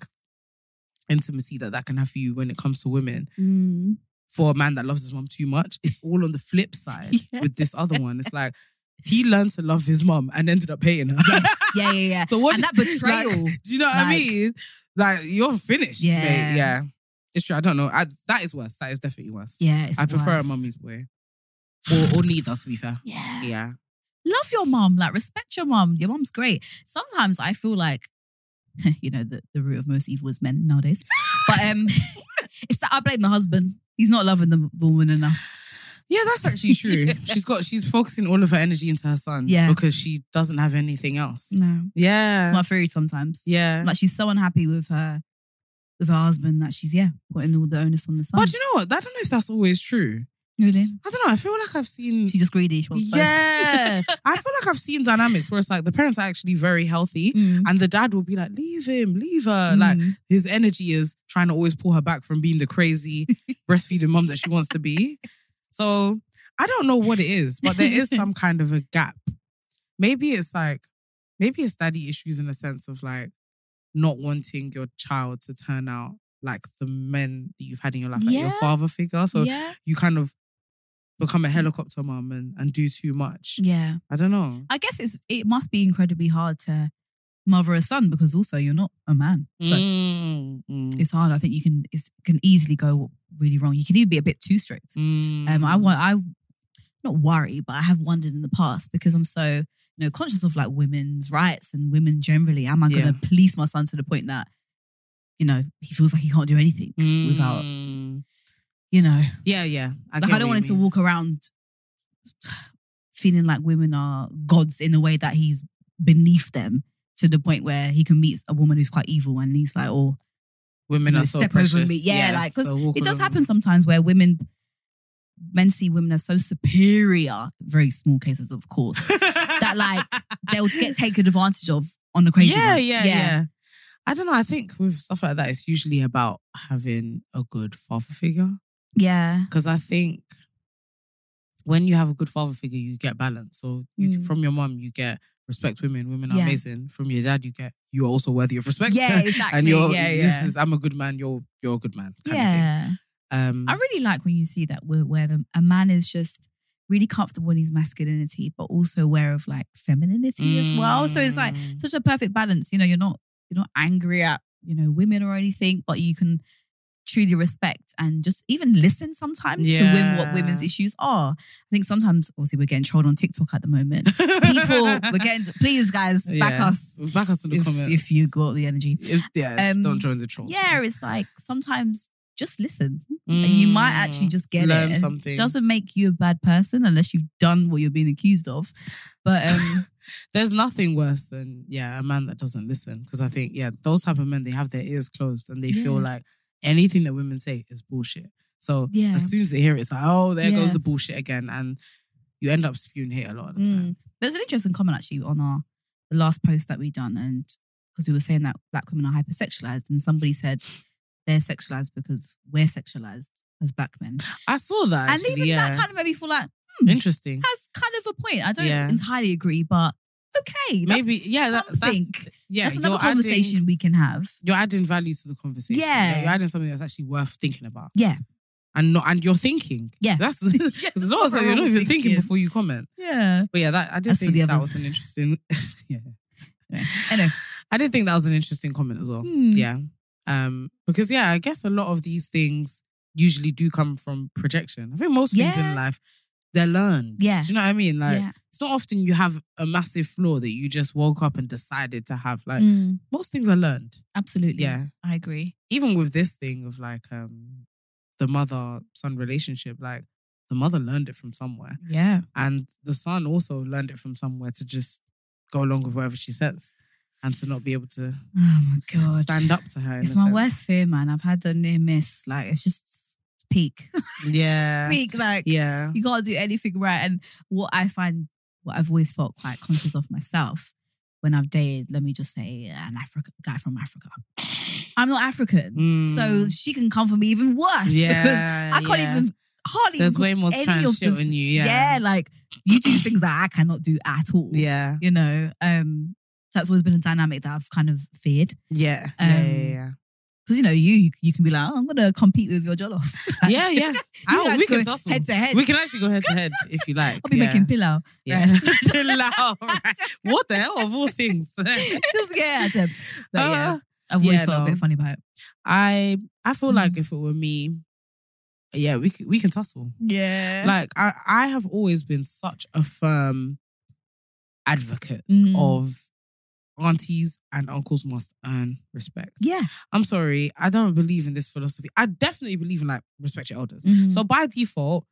A: intimacy that that can have for you when it comes to women.
B: Mm.
A: For a man that loves his mom too much, it's all on the flip side
B: Yeah.
A: with this other one. It's like he learned to love his mom and ended up hating her.
B: Yes. Yeah, yeah, yeah.
A: So what
B: and
A: do-
B: that betrayal.
A: Do you know what I
B: Like-
A: mean? Like you're finished. Yeah,
B: Yeah.
A: yeah. It's true. I don't know. I, that is worse. That is definitely worse.
B: yeah, it's
A: I prefer
B: worse.
A: a mummy's boy, or or neither. To be fair,
B: Yeah.
A: yeah.
B: love your mom. Like respect your mom. Your mom's great. Sometimes I feel like. You know the, the root of most evil is men nowadays, but um, it's that I blame the husband. He's not loving the woman enough.
A: Yeah, that's actually true. she's got she's focusing all of her energy into her son.
B: Yeah.
A: Because she doesn't have anything else.
B: No,
A: Yeah.
B: it's my theory sometimes.
A: yeah.
B: Like she's so unhappy with her with her husband that she's yeah putting all the onus on the son.
A: but you know what? I don't know if that's always true.
B: really?
A: I don't know. I feel like I've seen
B: She's just greedy. She wants both.
A: Yeah. I feel like I've seen dynamics where it's like the parents are actually very healthy.
B: Mm.
A: And the dad will be like, leave him, leave her. Like
B: Mm.
A: his energy is trying to always pull her back from being the crazy breastfeeding mom that she wants to be. So I don't know what it is, but there is some kind of a gap. Maybe it's like, maybe it's daddy issues in the sense of like not wanting your child to turn out like the men that you've had in your life, like your
B: Yeah.
A: father figure. So
B: yeah,
A: you kind of become a helicopter mom and, and do too much.
B: yeah.
A: I don't know.
B: I guess it's it must be incredibly hard to mother a son because also you're not a man, so
A: Mm, mm,
B: it's hard. I think you can it can easily go really wrong. You can even be a bit too strict.
A: mm.
B: Um, I want I not worry, but I have wondered in the past because I'm so you know conscious of like women's rights and women generally. Am I going to police my son to the point that you know he feels like he can't do anything without
A: Mm.
B: you know?
A: Yeah, yeah. I,
B: like
A: get
B: I don't
A: what
B: want
A: you
B: him to
A: mean.
B: walk around feeling like women are gods in a way that he's beneath them to the point where he can meet a woman who's quite evil and he's like, oh,
A: Women
B: you know,
A: are so
B: step
A: precious.
B: over me. Yeah, like because
A: so walk
B: it does
A: along.
B: happen sometimes where women, men see women as so superior. Very small cases, of course. that like they'll get taken advantage of on the crazy.
A: yeah,
B: one.
A: yeah, yeah, I don't know. I think with stuff like that, it's usually about having a good father figure.
B: yeah.
A: Because I think when you have a good father figure, you get balance. So you,
B: Mm.
A: from your mom, you get respect women. Women are
B: Yeah.
A: amazing. From your dad, you get you are also worthy of respect.
B: Yeah, exactly.
A: and you're
B: yeah,
A: this
B: yeah.
A: is- I'm a good man. You're you're a good man. kind of thing.
B: yeah.
A: Um,
B: I really like when you see that where, where the, a man is just really comfortable in his masculinity, but also aware of like femininity as well. So it's like
A: Mm.
B: such a perfect balance. You know, you're not you're not angry at you know women or anything, but you can truly respect and just even listen sometimes to women what
A: Yeah.
B: women's issues are. I think sometimes obviously we're getting trolled on TikTok at the moment.
A: mm.
B: People, we're getting please guys back
A: Yeah.
B: us
A: back us in the
B: if,
A: comments
B: if you got the energy.
A: If- yeah,
B: Um,
A: don't join the trolls.
B: Yeah, it's like sometimes just listen. And you might actually
A: Mm.
B: just get
A: learn
B: it. and
A: something.
B: doesn't make you a bad person unless you've done what you're being accused of. But um,
A: There's nothing worse than yeah a man that doesn't listen because I think yeah those type of men they have their ears closed and they feel
B: Yeah.
A: like anything that women say is bullshit. So
B: Yeah.
A: as soon as they hear it, it's like oh there
B: Yeah.
A: goes the bullshit again, and you end up spewing hate a lot of the time.
B: mm. there's an interesting comment actually on our the last post that we done, and because we were saying that black women are hypersexualized, and somebody said they're sexualized because we're sexualized as black men,
A: I saw that
B: and
A: actually,
B: even
A: yeah.
B: that kind of made me feel like
A: interesting.
B: that's kind of a point. I don't
A: Yeah.
B: entirely agree, but okay, that's
A: Maybe yeah that, that's
B: something.
A: yeah
B: that's another
A: you're adding-
B: conversation we can have.
A: you're adding value to the conversation.
B: Yeah.
A: you're adding something that's actually worth thinking about.
B: Yeah.
A: and not and you're thinking.
B: Yeah.
A: that's because
B: Yeah,
A: a lot of times you're not
B: overall
A: even
B: thinking.
A: thinking before you comment.
B: Yeah.
A: But yeah, that I did
B: That's for
A: think
B: the
A: that
B: others.
A: was an interesting. yeah,
B: Anyway,
A: I did think that was an interesting comment as well.
B: Hmm.
A: Yeah, um, because yeah, I guess a lot of these things usually do come from projection. I think most things
B: Yeah.
A: in life they're learned.
B: Yeah.
A: do you know what I mean? Like.
B: yeah.
A: It's not often you have a massive flaw that you just woke up and decided to have. Like
B: Mm,
A: most things are learned.
B: absolutely.
A: Yeah.
B: I agree.
A: even with this thing of like um the mother son relationship, like the mother learned it from somewhere,
B: Yeah.
A: and the son also learned it from somewhere to just go along with whatever she says, and to not be able to
B: Oh my god.
A: stand up to her. in
B: It's
A: a
B: my
A: sense.
B: worst fear, man. I've had a near miss. Like it's just peak.
A: Yeah,
B: peak. Like
A: yeah,
B: you gotta do anything right. And what I find, what I've always felt quite conscious of myself when I've dated, let me just say, an Africa guy from Africa. I'm not African,
A: Mm.
B: so she can come for me even worse.
A: yeah.
B: because I can't
A: yeah.
B: even hardly.
A: There's
B: even
A: way more
B: any
A: trans
B: of
A: shit
B: the-
A: in you.
B: put-
A: Yeah,
B: like you do things that I cannot do at all.
A: yeah,
B: you know. Um, so that's always been a dynamic that I've kind of feared.
A: yeah, yeah,
B: Um,
A: yeah,
B: Because you know, you you can be like, oh, I'm gonna compete with your jollof.
A: yeah. yeah, yeah.
B: You
A: Oh,
B: guys
A: we
B: go
A: can tussle.
B: head to head.
A: We can actually go head to head if you like.
B: I'll be
A: yeah.
B: making pillow.
A: Yeah.
B: Yes.
A: Pillow, right. What the hell of all things?
B: Just get it. But yeah,
A: Uh,
B: I've always
A: yeah,
B: felt a
A: no.
B: bit funny about it.
A: I I feel
B: Mm.
A: like if it were me, yeah, we c- we can tussle.
B: Yeah.
A: Like I I have always been such a firm advocate
B: Mhm.
A: of aunties and uncles must earn respect.
B: yeah.
A: I'm sorry, I don't believe in this philosophy. I definitely believe in like respect your elders.
B: Mm.
A: So by default,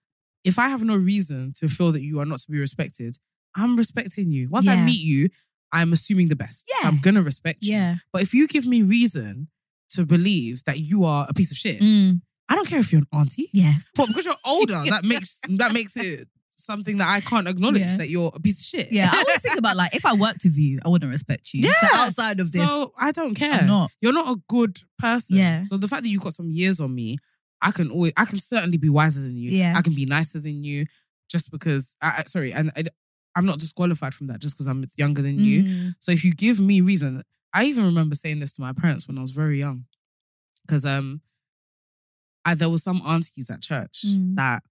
A: if I have no reason to feel that you are not to be respected, I'm respecting you. Once I
B: Yeah.
A: meet you, I'm assuming the best. So
B: Yeah.
A: I'm gonna respect you.
B: yeah.
A: But if you give me reason to believe that you are a piece of shit,
B: Mm.
A: I don't care if you're an auntie.
B: Yeah.
A: But because you're older, that makes that makes it something that I can't acknowledge
B: Yeah.
A: that you're a piece of shit.
B: Yeah. I always think about like if I worked with you, I wouldn't respect you.
A: Yeah.
B: So outside of this,
A: so I don't care.
B: I'm not.
A: You're not a good person.
B: Yeah.
A: So the fact that you've got some years on me, I can always I can certainly be wiser than you.
B: Yeah.
A: I can be nicer than you just because I, I- sorry, and I, I'm not disqualified from that just because I'm younger than you.
B: Mm.
A: So if you give me reason, I even remember saying this to my parents when I was very young, because um, I, there were some aunties at church
B: Mm.
A: that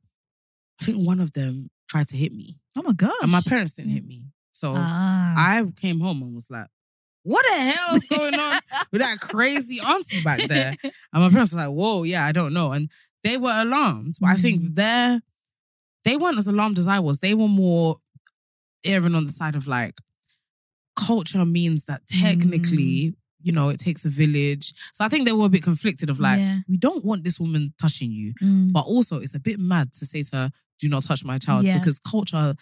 A: I think one of them tried to hit me,
B: Oh my gosh.
A: and my parents didn't hit me. So
B: Ah.
A: I came home and was like, "What the hell's going on with that crazy auntie back there?" And my parents were like, "Whoa, yeah, I don't know." And they were alarmed, but I
B: Mm.
A: think they're they weren't as alarmed as I was. They were more erring on the side of like culture means that technically,
B: Mm.
A: you know, it takes a village. So I think they were a bit conflicted of like,
B: Yeah.
A: we don't want this woman touching you,
B: Mm.
A: but also it's a bit mad to say to her, "Do not touch my child,"
B: Yeah.
A: because culture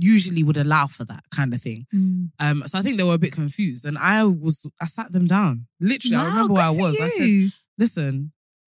A: usually would allow for that kind of thing.
B: Mm.
A: Um, so I think they were a bit confused, and I was I sat them down. Literally, I
B: Wow,
A: remember where I
B: good for
A: was. I said,
B: you.
A: "Listen,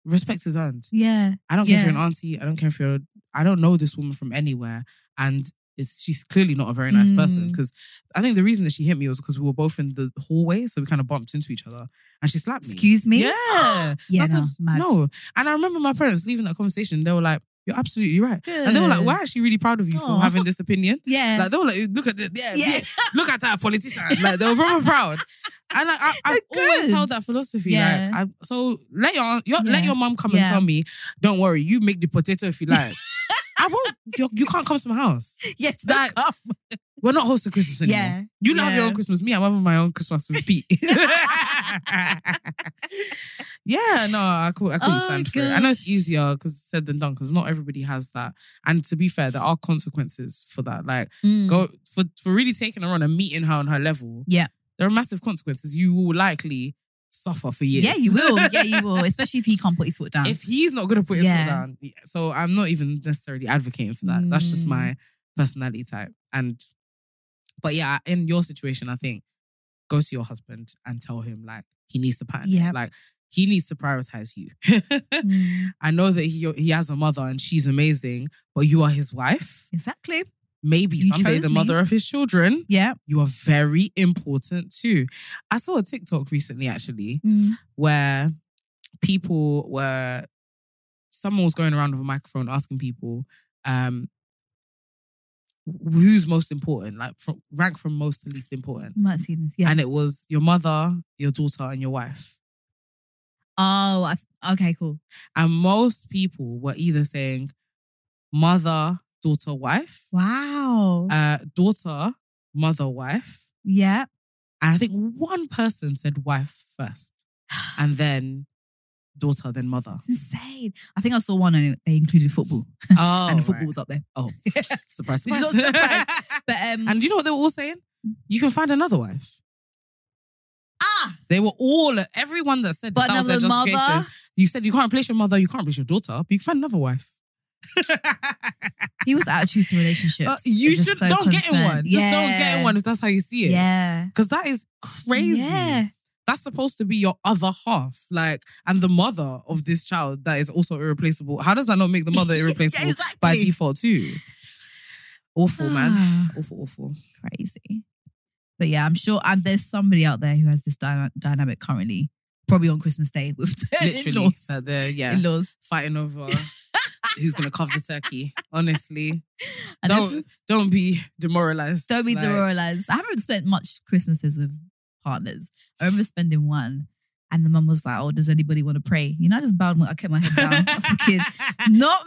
A: respect is earned.
B: yeah.
A: I don't care if
B: Yeah.
A: you're an auntie. I don't care if you're. I don't know this woman from anywhere, and it's, she's clearly not a very nice person.
B: Mm.
A: Because I think the reason that she hit me was because we were both in the hallway, so we kind of bumped into each other, and she slapped me.
B: Excuse me. Oh,
A: Yeah,
B: Yeah,
A: That's
B: no,
A: a-
B: mad.
A: no. And I remember my parents leaving that conversation. They were like, "You're absolutely right," and they were like,
B: Good.
A: "We're actually really proud of you
B: Aw.
A: for having this opinion."
B: Yeah.
A: Like they were like, "Look at this, yeah,
B: yeah.
A: yeah, look at her politician. Like they were proper proud. And I, I, I've
B: They're
A: always
B: good.
A: held that philosophy.
B: Yeah.
A: Like, I, so let your, your let
B: Yeah.
A: your mom come and
B: Yeah.
A: tell me, don't worry, you make the potato if you like. I won't. You, you can't come to my house.
B: yeah,
A: That we're not hosting Christmas anymore.
B: Yeah.
A: You not have your
B: Yeah.
A: own Christmas. Me, I'm having my own Christmas with Pete. yeah, no, I could, I couldn't
B: Oh,
A: stand for it. I know it's
B: gosh.
A: easier because said than done because not everybody has that. And to be fair, there are consequences for that. Like
B: Mm.
A: go for for really taking her on and meeting her on her level.
B: Yeah.
A: there are massive consequences. You will likely suffer for years.
B: Yeah, you will. Yeah, you will. Especially if he can't put his foot down.
A: If he's not going to put his
B: Yeah.
A: foot down, yeah. so I'm not even necessarily advocating for that. That's just
B: Mm.
A: my personality type. And but yeah, in your situation, I think go to your husband and tell him like he needs to pattern.
B: Yeah.
A: Yeah, like he needs to prioritize you.
B: Mm.
A: I know that he he has a mother and she's amazing, but you are his wife.
B: Exactly.
A: Maybe
B: You
A: someday
B: chose
A: the
B: me.
A: mother of his children.
B: Yeah.
A: you are very important too. I saw a TikTok recently actually
B: Mm.
A: where people were someone was going around with a microphone asking people um who's most important like from, rank from most to least important
B: You might see this. Yeah.
A: and it was your mother your daughter and your wife
B: oh, I th- okay, cool.
A: and most people were either saying mother daughter wife
B: Wow.
A: uh daughter mother wife
B: yeah.
A: And I think one person said wife first, and then daughter, then mother.
B: Insane. I think I saw one and it- they included football,
A: Oh,
B: and the football was up there.
A: Oh, surprise,
B: Which is
A: surprise.
B: not surprise, But um,
A: and you know what they were all saying? You can find another wife.
B: ah,
A: They were all everyone that said that,
B: but
A: that was their
B: another
A: justification.
B: mother.
A: You said you can't replace your mother, you can't replace your daughter, but you can find another wife.
B: He was out of choosing relationships.
A: Uh, you
B: It's
A: should
B: just so
A: don't get in
B: concerned.
A: one. Just don't get in one if that's how you see it.
B: Yeah.
A: Because that is crazy.
B: Yeah.
A: that's supposed to be your other half, like, and the mother of this child that is also irreplaceable. How does that not make the mother irreplaceable
B: yeah, exactly.
A: by default too? Awful, man.
B: Ah,
A: Awful, awful.
B: Crazy. But yeah, I'm sure and there's somebody out there who has this dyna- dynamic currently, probably on Christmas Day with their
A: Literally,
B: in-laws.
A: that they're yeah
B: In-laws.
A: fighting over who's gonna carve the turkey. Honestly,
B: And if-
A: don't don't be demoralized.
B: Don't be
A: Like,
B: demoralized. I haven't spent much Christmases with partners. I remember spending one, and the mum was like, "Oh, does anybody want to pray?" You know, I just bowed. my- I kept my head down. as a kid. Not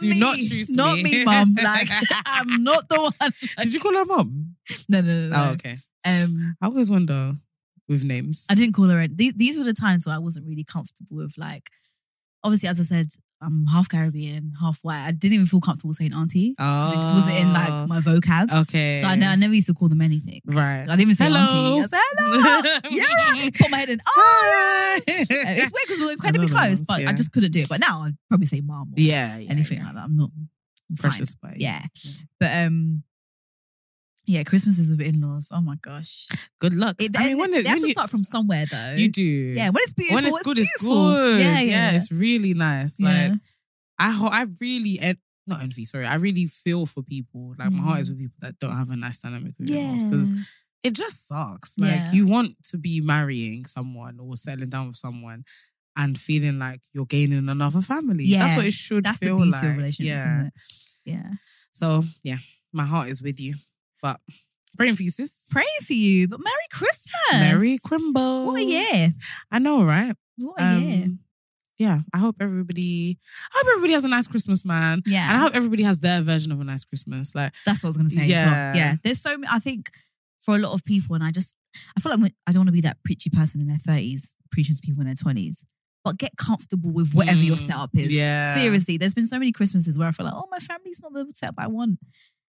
A: Do
B: me.
A: not choose
B: not
A: me.
B: me, mum. Like I'm not the one.
A: Did you call her mom?
B: No, no, no. no.
A: Oh, okay.
B: Um,
A: I always wonder with names.
B: I didn't call her. in. These, these were the times where I wasn't really comfortable with like. Obviously, as I said, I'm half Caribbean, half white. I didn't even feel comfortable saying auntie. 'cause It just wasn't in like my vocab.
A: Ah, Oh. okay.
B: So I, ne- I never used to call them anything.
A: right.
B: I didn't even say
A: Hello.
B: auntie. I said hello. yeah, put my head in. Oh, it's weird because we were incredibly
A: Another
B: close,
A: ones,
B: but I
A: yeah.
B: just couldn't do it. But now I'd probably say mom or
A: yeah,
B: anything like that. I'm not I'm fine.
A: Precious by
B: Yeah, but um, yeah, Christmas is with in-laws. Oh my gosh,
A: Good luck.
B: it,
A: I mean, when,
B: they
A: it,
B: have
A: when
B: to
A: you,
B: start from somewhere though.
A: you do,
B: yeah, when it's beautiful,
A: when it's good, it's
B: beautiful.
A: good.
B: Yeah, yeah, yeah.
A: it's really nice.
B: Yeah.
A: Like I, ho- I really, en- not envy. Sorry, I really feel for people. Like my heart is with people that don't have a nice dynamic with
B: Mm-hmm. yeah.
A: themselves because it just sucks. Like
B: Yeah.
A: you want to be marrying someone or settling down with someone. And feeling like you're gaining another family. That's
B: Yeah.
A: what it should
B: that's the
A: feel
B: beauty
A: like.
B: of relationships,
A: yeah.
B: isn't it? Yeah,
A: So yeah, my heart is with you. But praying for you, sis.
B: praying for you, but Merry Christmas,
A: Merry Crimbo.
B: What a year!
A: I know, right?
B: What a year!
A: Um, yeah, I hope everybody I hope everybody has a nice Christmas, man.
B: Yeah,
A: And I hope everybody has their version of a nice Christmas. Like,
B: That's what I was gonna say. Yeah,
A: Yeah.
B: yeah. There's so many. I think for a lot of people, and I just I feel like when- I don't want to be that preachy person in their thirties preaching to people in their twenties. But get comfortable with whatever your
A: Mm,
B: setup is.
A: yeah.
B: Seriously, there's been so many Christmases where I feel like, oh, my family's not the setup I want.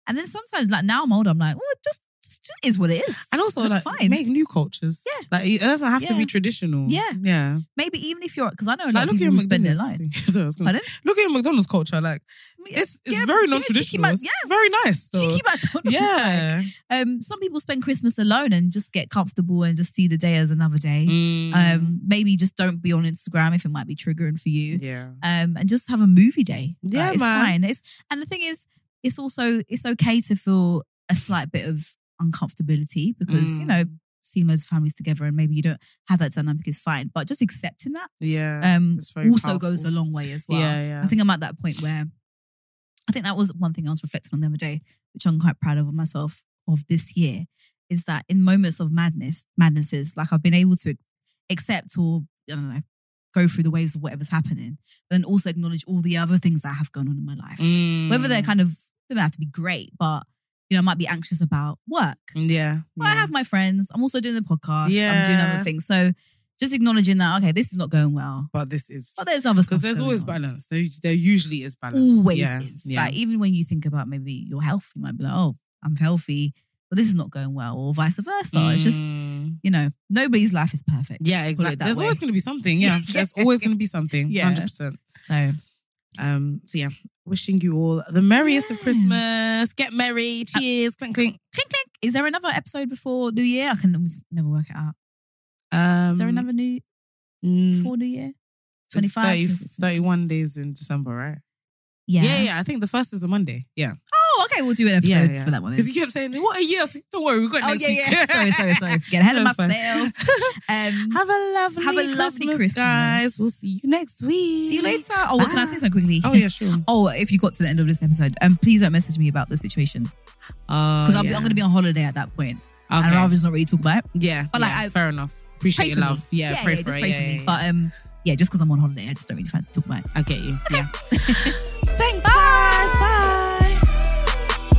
B: And then sometimes, like now I'm older, I'm like, oh, it just, just, just is what it is.
A: and also
B: That's
A: like
B: fine.
A: make new cultures.
B: Yeah.
A: Like it doesn't have to
B: Yeah.
A: be traditional.
B: Yeah.
A: Yeah.
B: Maybe even if you're, because I know a lot
A: Like
B: of
A: look at
B: people
A: your
B: who spend their
A: McDonald's.
B: life.
A: thing. Sorry, I was gonna say.
B: Pardon?
A: Look at your McDonald's culture. Like it's it's
B: Yeah,
A: very
B: yeah,
A: non
B: cheeky
A: traditional.
B: Mac-
A: yeah. Very nice.
B: Yeah,
A: though.
B: cheeky McDonald's. like,
A: yeah.
B: um, some people spend Christmas alone and just get comfortable and just see the day as another day.
A: Mm,
B: Um, maybe just don't be on Instagram if it might be triggering for you.
A: yeah.
B: Um, and just have a movie day. Like,
A: Yeah,
B: it's
A: man.
B: fine. It's and the thing is, it's also it's okay to feel a slight bit of uncomfortability because you
A: Mm.
B: know seeing loads of families together and maybe you don't have that dynamic is fine. But just accepting that
A: Yeah.
B: um
A: it's very
B: also
A: powerful.
B: goes a long way as well.
A: Yeah, yeah.
B: I think I'm at that point where I think that was one thing I was reflecting on the other day, which I'm quite proud of myself of this year, is that in moments of madness, madnesses, like I've been able to accept or I don't know, go through the waves of whatever's happening, but then also acknowledge all the other things that have gone on in my life.
A: Mm.
B: Whether they're kind of they don't have to be great, but you know, I might be anxious about work.
A: yeah,
B: But I
A: yeah.
B: have my friends. I'm also doing the podcast. I'm doing
A: Mm. Yeah.
B: other things. So just acknowledging that, okay, this is not going well.
A: But this is
B: But there's other stuff.
A: because there's
B: going
A: always
B: on.
A: balance. There, there usually is balance.
B: Always
A: yeah.
B: is.
A: Yeah.
B: Like even when you think about maybe your health, you might be like, oh, I'm healthy, but this is not going well, or vice versa. It's just,
A: Mm.
B: you know, nobody's life is perfect.
A: yeah, exactly.
B: that
A: There's
B: way.
A: always going to be something. Yeah,
B: Yeah.
A: there's always going to be something.
B: Yeah.
A: hundred percent.
B: So
A: Um, so yeah, wishing you all the merriest of
B: Yeah. Uh,
A: Christmas. Get merry. Cheers. clink clink.
B: clink clink. Is there another episode before New Year? I can we can never work it out.
A: Um, mm.
B: Is there another new before New Year?
A: Twenty
B: 25,
A: five,
B: 26,
A: thirty-one 31 days in December, right?
B: Yeah.
A: yeah, I think the first is a Monday. Yeah,
B: Oh, okay. We'll do an episode
A: Yeah, yeah.
B: for that one. then.
A: because you kept saying what a year. So Don't worry, we've got
B: Oh
A: next
B: yeah,
A: week.
B: yeah. sorry, sorry, sorry. Get ahead of
A: That's fine.
B: myself. Um,
A: Have a lovely,
B: Have a lovely
A: Christmas,
B: Christmas.
A: guys. We'll see you next week.
B: see you later. Oh, well, can I
A: Bye.
B: say something quickly?
A: Oh yeah, sure.
B: Oh, if you got to the end of this episode, um, please don't message me about the situation
A: Oh,
B: because I'm, I'm going to be on holiday at that point,
A: Okay.
B: and I'll just not really talk about it.
A: yeah,
B: but, like,
A: yeah,
B: I-
A: fair enough.
B: Pray
A: Appreciate your
B: for me.
A: love. Yeah, pray for
B: just
A: it.
B: pray
A: yeah,
B: for
A: yeah,
B: me.
A: yeah.
B: But um, yeah, just because I'm on holiday, I just don't really fancy talking about it.
A: I get you. Yeah.
C: Thanks, guys. Bye.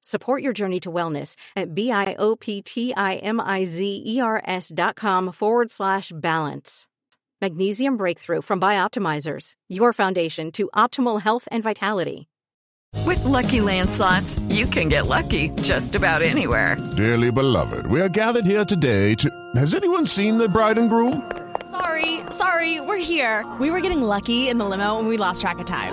E: Support your journey to wellness at B-I-O-P-T-I-M-I-Z-E-R-S E dot com forward slash balance. Magnesium Breakthrough from Bioptimizers, your foundation to optimal health and vitality.
F: With Lucky Land slots, you can get lucky just about anywhere.
G: Dearly beloved, we are gathered here today to. Has anyone seen the bride and groom?
H: Sorry, sorry, we're here. We were getting lucky in the limo and we lost track of time.